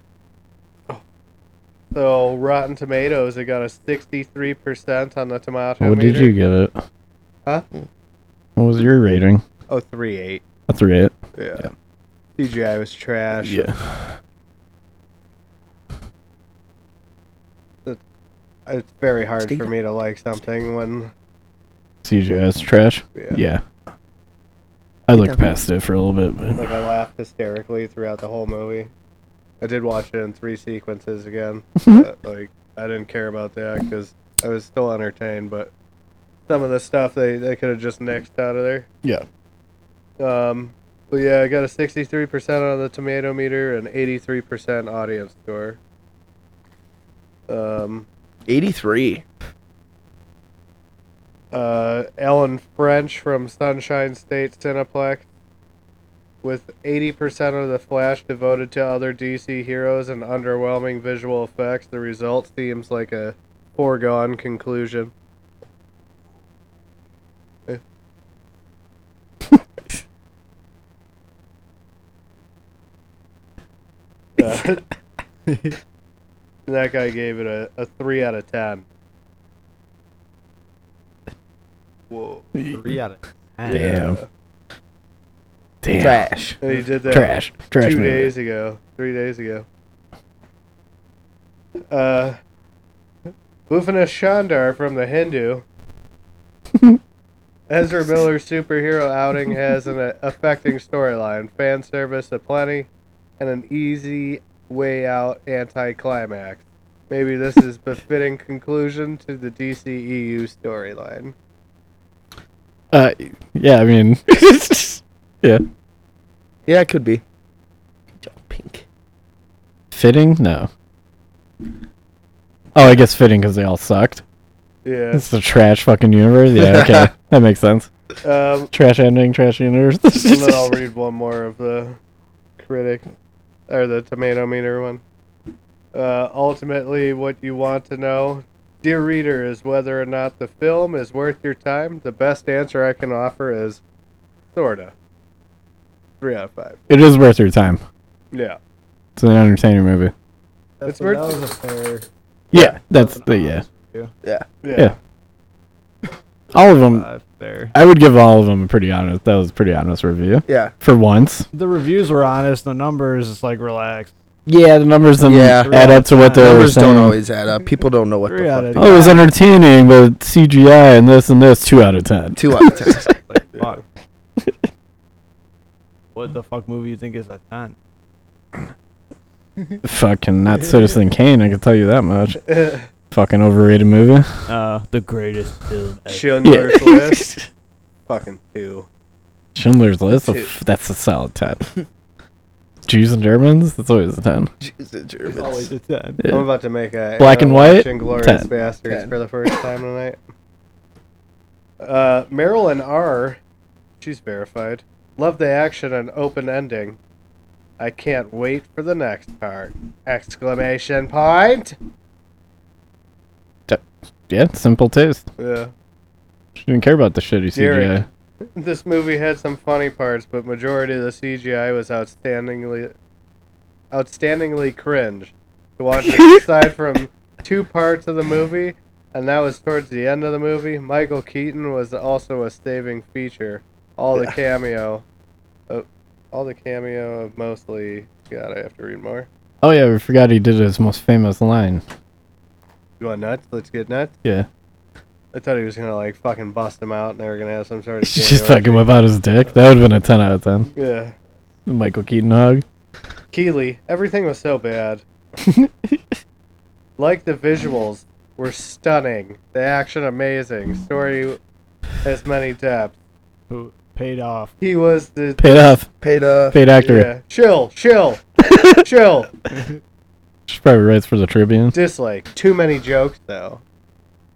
B: So Rotten Tomatoes, it got a sixty three percent on the tomato
D: What did
B: meter.
D: you give it?
B: Huh?
D: What was your rating?
B: Oh, three eight.
D: A three eight.
B: Yeah. CGI was trash. It's very hard
C: Steve.
B: for me to like something when.
D: CGS trash.
B: Yeah.
D: Yeah. I looked
C: definitely-
D: past it for a little bit,
B: <laughs>
D: but
B: Like I laughed hysterically throughout the whole movie. I did watch it in three sequences again. but, like I didn't care about that because I was still entertained. But some of the stuff they they could have just nixed out of there.
D: yeah,
B: Um, but yeah, I got a sixty-three percent on the tomato meter and eighty-three percent audience score. Um,
C: Eighty three.
B: uh, Ellen French from Sunshine State Cineplex, with 80% of the flash devoted to other DC heroes and underwhelming visual effects, the result seems like a foregone conclusion. Eh. Uh, that guy gave it a, a 3 out of 10. Whoa.
E: Three out of ten.
D: damn, damn,
C: Trash.
B: And he did that
D: trash, trash
B: two
D: movie.
B: days ago, three days ago. Uh, Bhuvanesh Chandar from The Hindu. Ezra Miller's superhero outing has an uh, affecting storyline, fan service aplenty, and an easy way out anticlimax. Maybe this is befitting conclusion to the DCEU storyline.
D: Uh, yeah, I mean, <laughs> yeah,
C: Yeah, it could be. Pink.
D: fitting. No. Oh, I guess fitting because they all sucked.
B: Yeah.
D: It's the trash fucking universe. Yeah, okay,
B: <laughs>
D: that makes sense.
B: Um,
D: Trash ending, trash universe.
B: <laughs> and
D: <laughs>
B: then I'll read one more of the critic or the tomato meter one. Uh, ultimately, what you want to know, dear reader, is whether or not the film is worth your time. The best answer I can offer is sorta. Three out of five.
D: It is worth your time.
B: Yeah.
D: It's an entertaining movie.
E: That's
B: It's mer-
E: that was a fair.
D: Yeah, that's the yeah. Yeah. All of them.
E: Five there.
D: I would give all of them a pretty honest. That was a pretty honest review
C: Yeah.
D: for once.
E: The reviews were honest. The numbers, it's like relaxed.
D: Yeah, the numbers don't
C: Yeah.
D: add up to what
E: The
D: they were
C: Numbers
D: saying.
C: don't always add up. People don't know what the
E: Three out
C: fuck.
E: of
C: they-
D: Oh, it was entertaining, but CGI and this and this, two out of ten.
C: Two out of ten.
E: Like
C: <laughs>
E: fuck. what the fuck movie you think is a ten?
D: <laughs> Fucking not Citizen Kane, I can tell you
C: <laughs>
D: that much. Fucking overrated movie.
E: Uh, the greatest film.
B: Schindler's List. Fucking two.
D: Schindler's List,
B: Two.
D: f- that's a solid ten. Jews and Germans, that's always a ten.
C: Jeez, the Germans.
E: Always a ten.
D: Yeah.
B: I'm
C: Oh.
B: about to make a
D: Black and white,
B: Inglorious
D: 10.
B: Bastards
C: 10.
B: for the first time tonight. Uh, Marilyn R. She's verified. Love the action and open ending. I can't wait for the next part! Exclamation point!
D: Yeah, simple taste.
B: Yeah.
D: She didn't care about the shitty CGI.
B: Derek. This movie had some funny parts, but majority of the CGI was outstandingly, outstandingly cringe. To watch
D: <laughs>
B: it aside from two parts of the movie, and that was towards the end of the movie. Michael Keaton was also a saving feature. All the cameo, uh, all the cameo of mostly. God, I have to read more.
D: Oh yeah, we forgot he did his most famous line.
B: You want nuts? Let's get nuts.
D: Yeah,
B: I thought he was gonna like fucking bust them out, and they were gonna have some
D: <laughs>
B: sort of. cameo.
D: just fucking whip out his dick. That would have been a ten out of ten.
B: Yeah.
D: The Michael Keaton hug.
B: Keely, everything was so bad. like the visuals were stunning, the action amazing, story as many depths.
E: Who paid off?
B: He was the
D: Paid off.
C: Paid
D: <laughs>
C: off.
D: Paid actor.
B: yeah. Chill, chill, chill.
D: She probably writes for the Tribune. <laughs>
B: Dislike. Too many jokes though.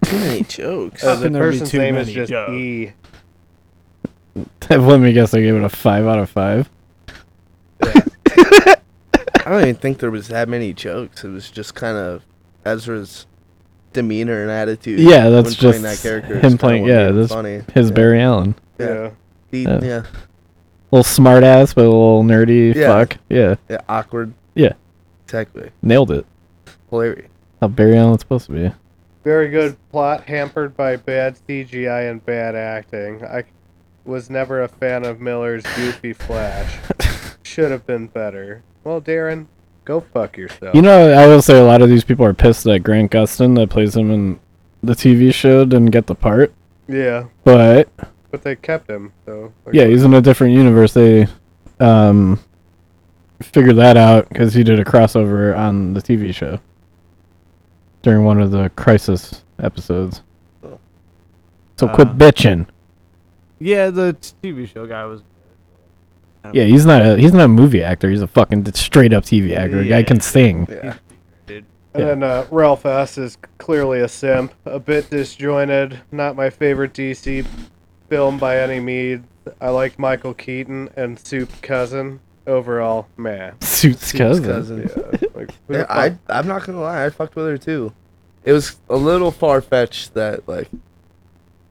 C: Too many jokes.
B: Uh,
E: How
B: the
E: can there be
B: person's
E: too
B: name is
E: many
B: just
E: jokes?
B: E.
D: Let me guess, I gave it a five out of five.
C: I don't even think there was that many jokes. It was just kind of Ezra's demeanor and attitude.
D: Yeah, that's
C: when
D: just
C: playing that character. is
D: him
C: kinda
D: playing-
C: what
D: yeah,
C: made it
D: that's
C: funny.
D: His
C: yeah.
D: Barry Allen.
B: Yeah.
C: Yeah. He-
D: Yeah.
C: yeah. yeah,
D: little smart ass, but a little nerdy
C: Yeah.
D: fuck. Yeah,
C: awkward.
D: Yeah.
C: exactly.
D: nailed it.
C: Hilarious.
D: How Barry Allen's supposed to be.
B: Very good plot hampered by bad CGI and bad acting. I was never a fan of Miller's goofy
D: <laughs>
B: flash. Should have been better. Well, Darren, go fuck yourself.
D: You know, I will say a lot of these people are pissed that Grant Gustin, that plays him in the TV show, didn't get the part.
B: yeah,
D: But
B: but they kept him, so.
D: yeah, he's in a different universe. They um figured that out because he did a crossover on the TV show during one of the Crisis episodes. So quit
E: Uh.
D: bitching.
E: Yeah, the TV show guy was.
D: Yeah, he's not a he's not a movie actor. He's a fucking straight up TV actor. The guy
E: Yeah.
D: can sing.
C: Yeah,
B: And then uh, Ralph S. is clearly a simp. A bit disjointed. Not my favorite DC film by any means. I like Michael Keaton and Soup Cousin. Overall, man.
D: Suits
C: Suits
D: cousin.
B: Like, who the
C: Yeah, I I'm not gonna lie, I fucked with her too. It was a little far fetched that like,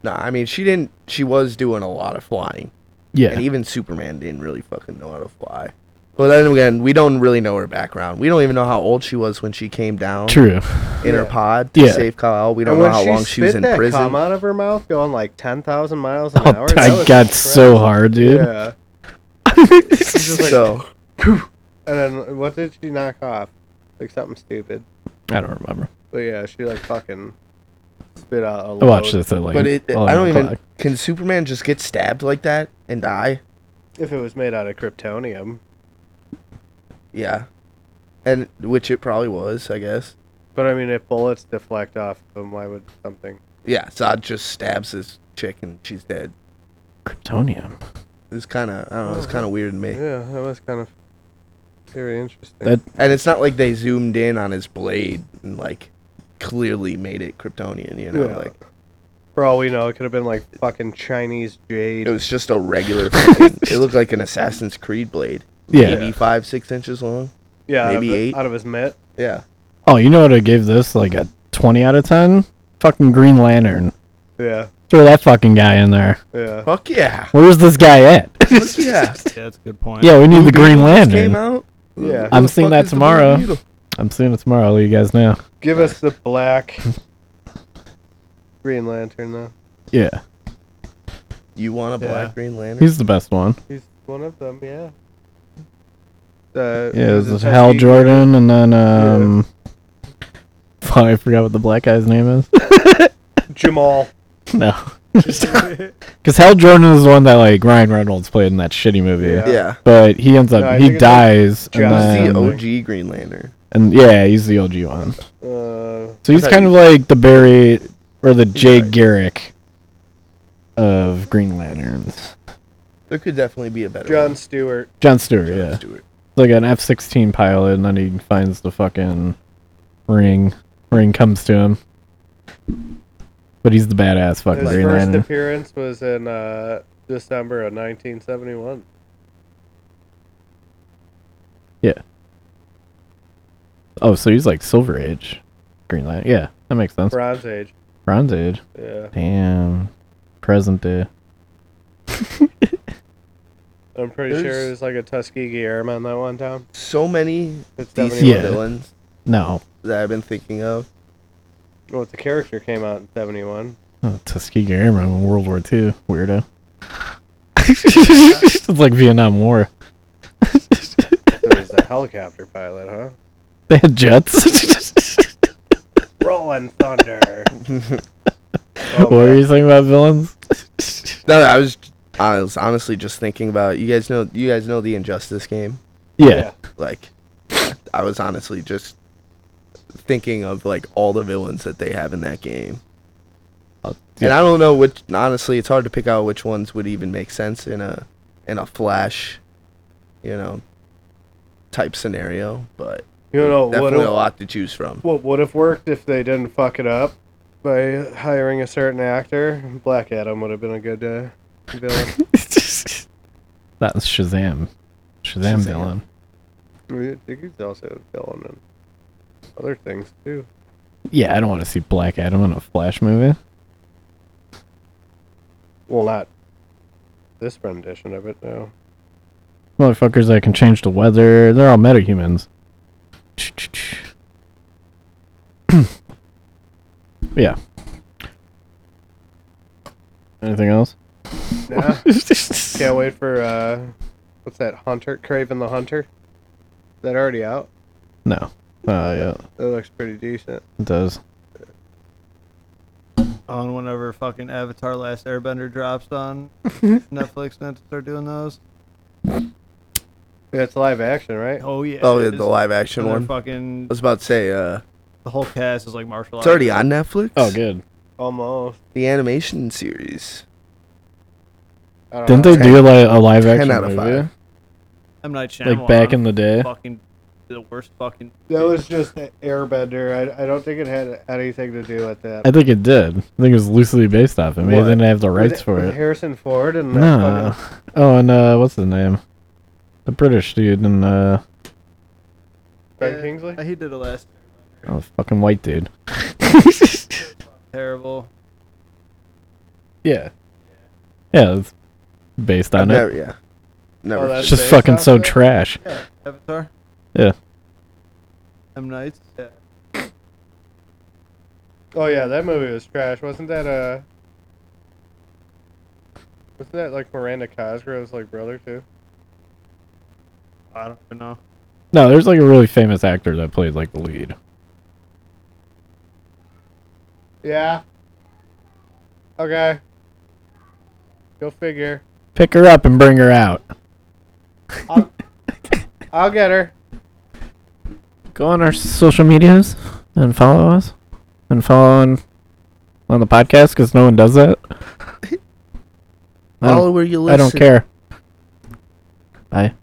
C: nah. I mean, she didn't. She was doing a lot of flying,
D: Yeah.
C: and even Superman didn't really fucking know how to fly. But then again, we don't really know her background. We don't even know how old she was when she came down
D: True.
C: in her
B: Yeah.
C: pod to
D: Yeah.
C: save Kyle. We
B: And
C: don't know
B: when
C: how
B: she
C: long she was
B: spit
C: in
B: that
C: prison. <laughs>
B: cum out of her mouth, going like ten thousand miles an
D: Oh,
B: hour. that
D: I
B: was
D: got so
B: incredible.
D: hard, dude.
B: Yeah. She's just like,
C: so
B: and then what did she knock off? Like something stupid.
D: <laughs> I don't remember.
B: But yeah, she like fucking spit out a
D: I
B: load.
D: watched this at like.
C: but it, I
D: 11
C: don't even.
D: o'clock.
C: Can Superman just get stabbed like that and die?
B: If it was made out of kryptonium,
C: Yeah, and which it probably was, I guess.
B: but I mean, if bullets deflect off of them, why would something?
C: Yeah, Zod just stabs this chick and she's dead.
D: Kryptonium.
C: It's kind of I don't know. It's kind of weird to me.
B: Yeah, that was kind of very interesting.
D: That-
C: And it's not like they zoomed in on his blade and like clearly made it Kryptonian. You know,
B: Yeah.
C: like
B: For all we know, it could have been like fucking Chinese jade.
C: it was just a regular.
D: <laughs>
C: fucking, it looked like an Assassin's Creed blade,
D: Yeah.
C: maybe five six inches long.
B: yeah, out of
C: maybe
B: the-
C: eight?
B: out of his mitt.
C: Yeah,
D: Oh, you know what I gave this? Like a 20 out of 10? Fucking Green Lantern.
B: Yeah,
D: Throw that fucking guy in there.
B: yeah.
C: fuck yeah,
D: <laughs> Where's this guy at? <laughs>
C: fuck yeah.
E: Yeah, that's a good point.
D: yeah, we need the Green
C: This Came
D: Lantern.
C: out.
B: Yeah.
D: I'm
C: Who the
D: seeing
C: fuck
D: that
C: is the
D: tomorrow.
C: Blue Beetle?
D: I'm seeing it tomorrow. I'll let you guys know.
B: Give us the
D: <laughs>
B: black Green Lantern, though.
D: Yeah,
C: You want a black
E: Yeah.
C: Green Lantern?
D: he's the best one.
B: He's one of them, yeah. Uh,
D: Yeah,
B: was
D: there's
B: it
D: Hal
B: Tuskegee?
D: Jordan, and then um, <laughs> fuck, I forgot what the black guy's name is. <laughs>
B: Jamal.
D: no, because Hal Jordan is the one that like Ryan Reynolds played in that shitty movie.
B: Yeah.
C: Yeah.
D: But he ends up
B: No, I
D: he
B: think it's like
D: dies, and,
B: Joss.
C: He's
D: then,
C: the OG Green Lantern.
D: and yeah, he's the OG one.
B: Uh,
D: So he's
C: thought
D: kind
C: you-
D: of like the Barry or the Jay
C: right.
D: Garrick of Green Lanterns.
C: There could definitely be a better
B: John
C: one.
B: Stewart.
D: John Stewart,
C: John
D: yeah.
C: Stewart.
D: like an F sixteen pilot, and then he finds the fucking ring. Ring comes to him, but he's the badass fucking
B: His
D: Green
B: first
D: Lantern.
B: appearance was in uh, December of 1971.
D: oh, so he's like Silver Age, Green Lantern. Yeah, that makes sense.
B: Bronze Age.
D: Bronze Age.
B: Yeah.
D: Damn, present day.
B: I'm pretty sure
C: There's-
B: it was like a Tuskegee Airman that one time.
C: So many
B: It's
C: DC
D: Yeah.
C: villains
D: No,
C: that I've been thinking of.
B: Well, the character came out in 71.
D: oh, Tuskegee Airmen, World War Two, weirdo. <laughs> it's like Vietnam War.
B: So he's a helicopter pilot, huh?
D: <laughs> They had jets.
B: Rolling
D: <laughs>
B: Thunder. Oh,
D: what were you saying about villains?
C: No, no, I was I was honestly just thinking about you guys know you guys know the Injustice game.
D: <laughs> yeah.
C: Like I was honestly just thinking of like all the villains that they have in that game. And I don't know which honestly it's hard to pick out which ones would even make sense in a in a flash, you know, type scenario, but
B: You know Oh, what?
C: definitely a
B: If,
C: lot to choose from.
B: what would have worked if they didn't fuck it up by hiring a certain actor? Black Adam would have been a good uh,
C: <laughs>
B: villain.
D: That's Shazam. Shazam,
C: Shazam.
D: villain.
B: I think he's also a villain and other things too.
D: Yeah, I don't want to see Black Adam in a Flash movie.
B: Well, not this rendition of it, no.
D: Motherfuckers that can change the weather. They're all metahumans. <clears throat> yeah. Anything else? <laughs>
B: Nah, <laughs> can't wait for uh, what's that? Hunter, Craven the Hunter. Is that already out?
D: No. Uh, yeah,
B: That looks pretty decent.
D: it does.
E: on whenever fucking Avatar: Last Airbender
D: <laughs>
E: drops on Netflix, and start doing those.
B: Yeah, it's live action, right?
E: Oh yeah.
C: Oh,
E: it
C: yeah,
E: is.
C: the live action
E: And they're
C: one. I
E: Fucking
C: was about to say uh
E: the whole cast is like martial
C: it's already on Netflix.
D: Oh, good.
B: Almost.
C: The animation series.
B: I don't
D: Didn't
B: know.
D: they do like a live
C: 10
D: action
C: out of
D: movie?
E: I'm not Shyamalan.
D: Like back in the day?
E: fucking the worst fucking.
B: That was just a- Airbender. I, I don't think it had anything to do with that.
D: I think it did. I think it was loosely based off it. Maybe
B: What?
D: they didn't have the
B: With-
D: rights for
B: with
D: it.
B: Harrison Ford and that
D: No.
B: fucking-
D: Oh, and uh, what's his name? The British dude and uh,
E: Uh,
B: Ben Kingsley.
E: He did a last
D: oh, fucking white dude.
E: terrible.
D: yeah. Yeah, it's based
C: I've
D: on it.
C: never, yeah. Never.
B: Oh, that's
D: It's just
B: based
D: fucking
B: off
D: so
B: of it?
D: trash.
E: Avatar.
D: Yeah.
E: M Nights. Yeah.
B: Oh yeah, that movie was trash. Wasn't that uh? Wasn't that like Miranda Cosgrove's like brother too?
E: I don't even know.
D: No, there's like a really famous actor that played like the lead.
B: Yeah. Okay. Go figure.
D: Pick her up and bring her out.
B: I'll, I'll get her.
D: Go on our social medias and follow us and follow on on the podcast because no one
B: <laughs>
D: does that. I
C: Follow
D: don't,
C: where you listen.
D: I don't care. Bye.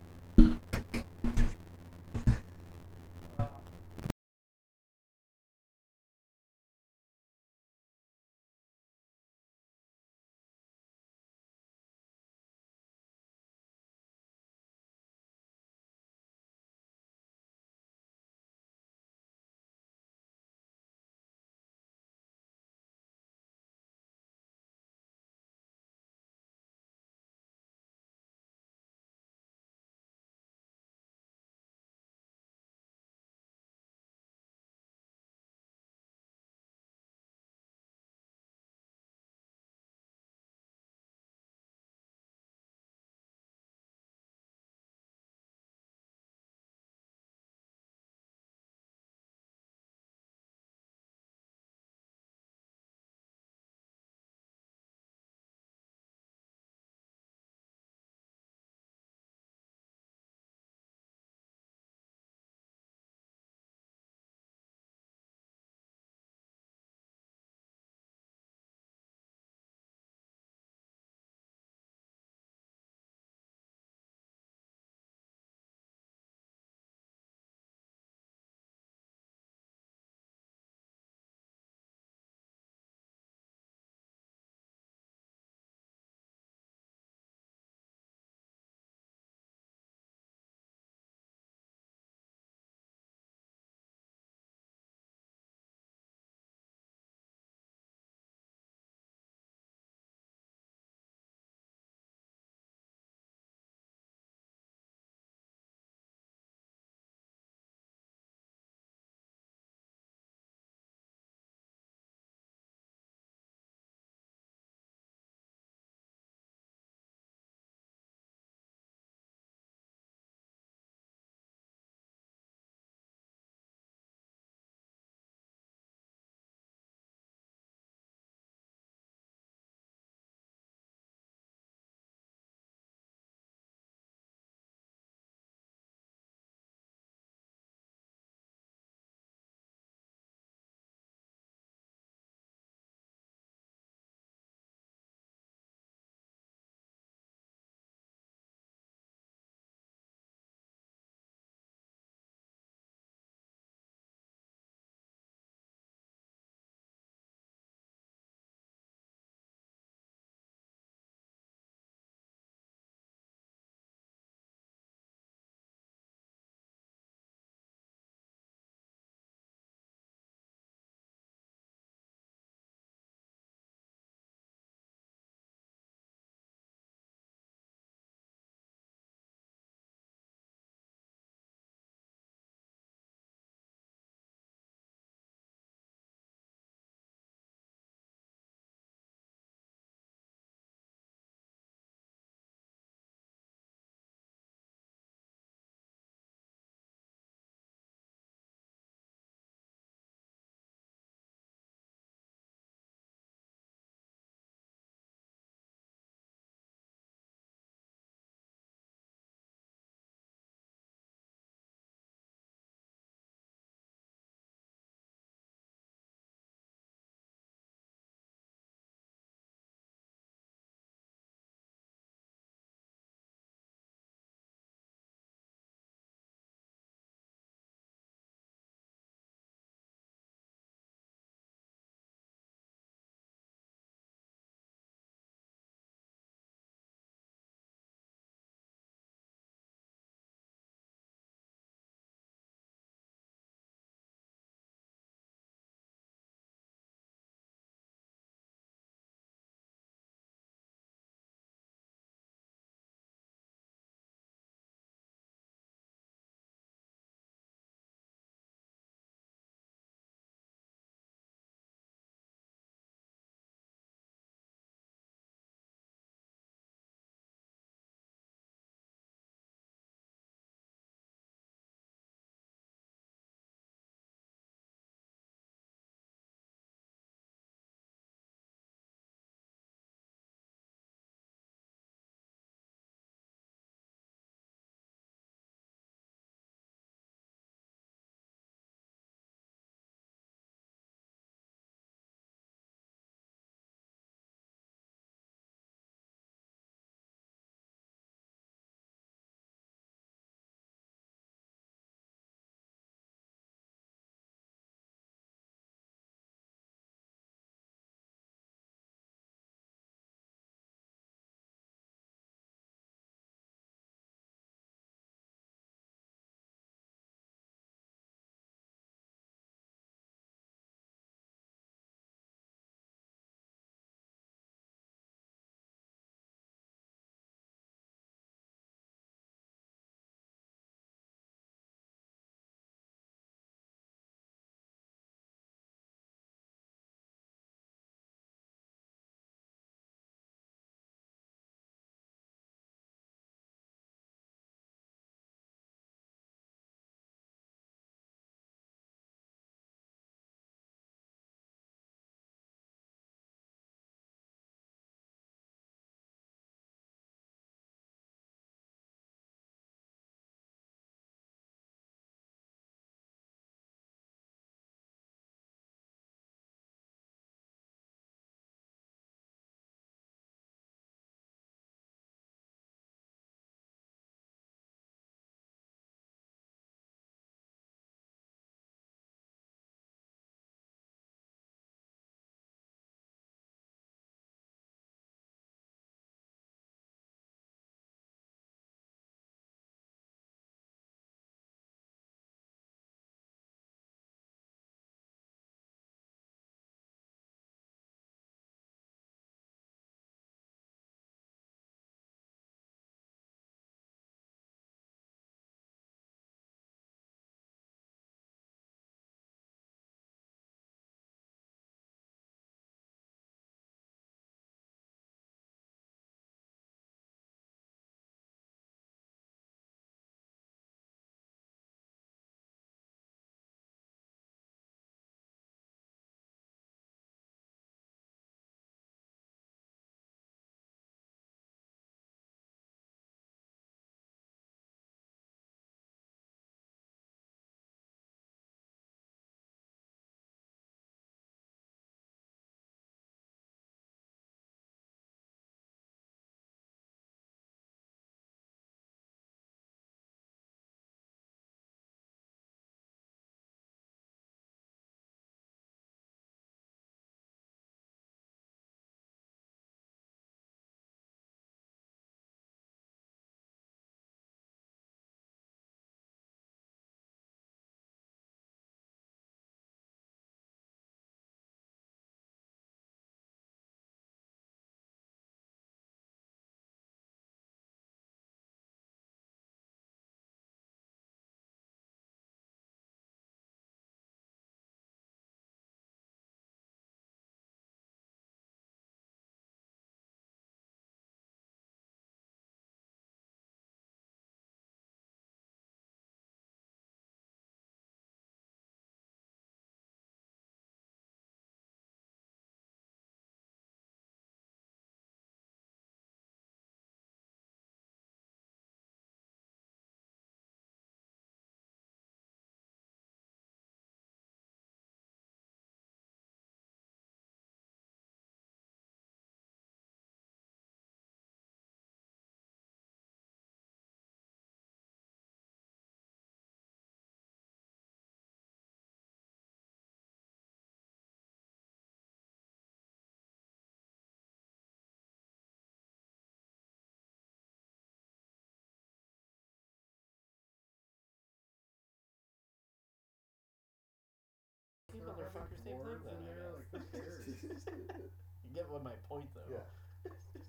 D: fucker same thing then, I guess. you get what my point though.
A: Yeah.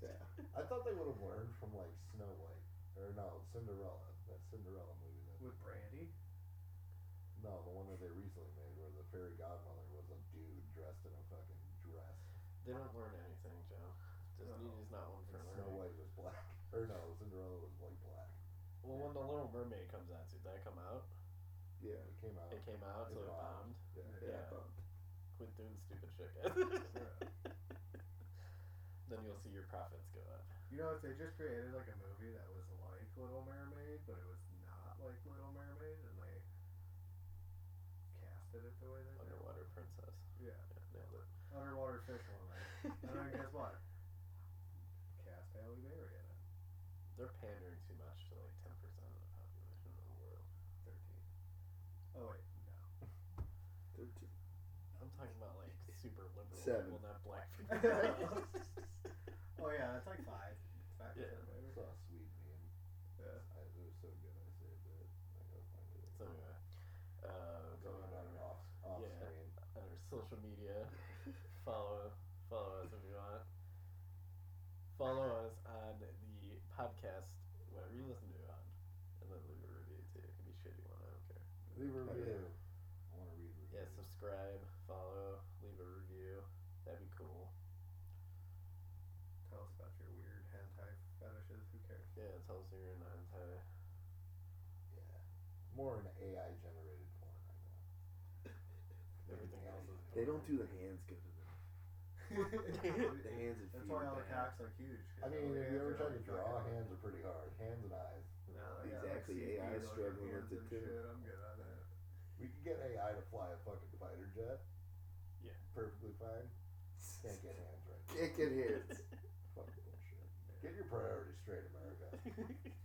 A: yeah. I thought they would have learned from like Snow White or no Cinderella. That Cinderella movie. That
D: With Brandy?
A: No, the one that they recently made where the fairy godmother was a dude dressed in a fucking dress.
D: They don't learn anything, Joe. Disney's not one for
A: And Snow
D: learning.
A: White was black. Or no, Cinderella was white black.
D: Well, when the Little Mermaid comes out, did that come out?
F: Yeah.
A: It came out.
D: It came out, so um, it bombed.
A: Yeah.
D: Yeah.
F: Yeah. bump.
D: Quit doing stupid shit. then you'll see your profits go up.
F: You know, if they just created like a movie that was like Little Mermaid, but it was not like Little Mermaid, and they casted it the way they did.
D: Underwater princess.
F: Yeah,
D: Yeah, nailed it.
F: underwater fish woman. and then guess what? Cast Halle Berry in it.
D: They're pandering too much to like 10% of the population of the world.
F: Thirteen. Oh wait, no.
G: 13.
D: I'm talking about like super liberal
G: Seven.
D: people, not black people. yeah,
F: Oh yeah, that's like five. Five
D: Yeah.
F: percent
A: I
F: maybe.
A: saw a sweet meme.
F: Yeah.
A: I, it was so good I saved it. I gotta find it.
D: so anyway, uh,
A: going
D: going
A: on and
D: on
A: off, off
D: Yeah.
A: screen.
D: our social media. follow follow us if you want. Follow us on the podcast, whatever you listen to it on, and then leave a review too. It can be a shitty one. I don't care.
A: Leave a
F: Okay.
A: review. I want to read reviews.
D: Yeah, subscribe, follow, leave a review. That'd be cool.
F: Tell us about your weird hentai fetishes. Who cares?
D: Yeah, tell us you're an anti.
A: Yeah. More an AI generated porn. I know.
D: Everything else is.
G: They don't do the hands good enough. The hands and feet.
F: That's why all the
G: are bad.
F: cocks look huge. 'cause
A: I
F: all
A: mean, if
F: the
A: you ever
F: hands are
A: try to
F: like
A: draw,
F: fucking-
A: hands are pretty hard. Hands and eyes.
F: No, I got,
G: Exactly,
F: CP
G: AI
F: looking
G: struggling
F: hands
G: with it
F: and
G: too.
F: Shit. I'm good on that.
A: We could get AI to fly a fucking fighter jet.
D: Yeah.
A: Perfectly fine. Can't get hands right.
G: Can't get hands.
A: Fucking bullshit. Get your priorities straight, America.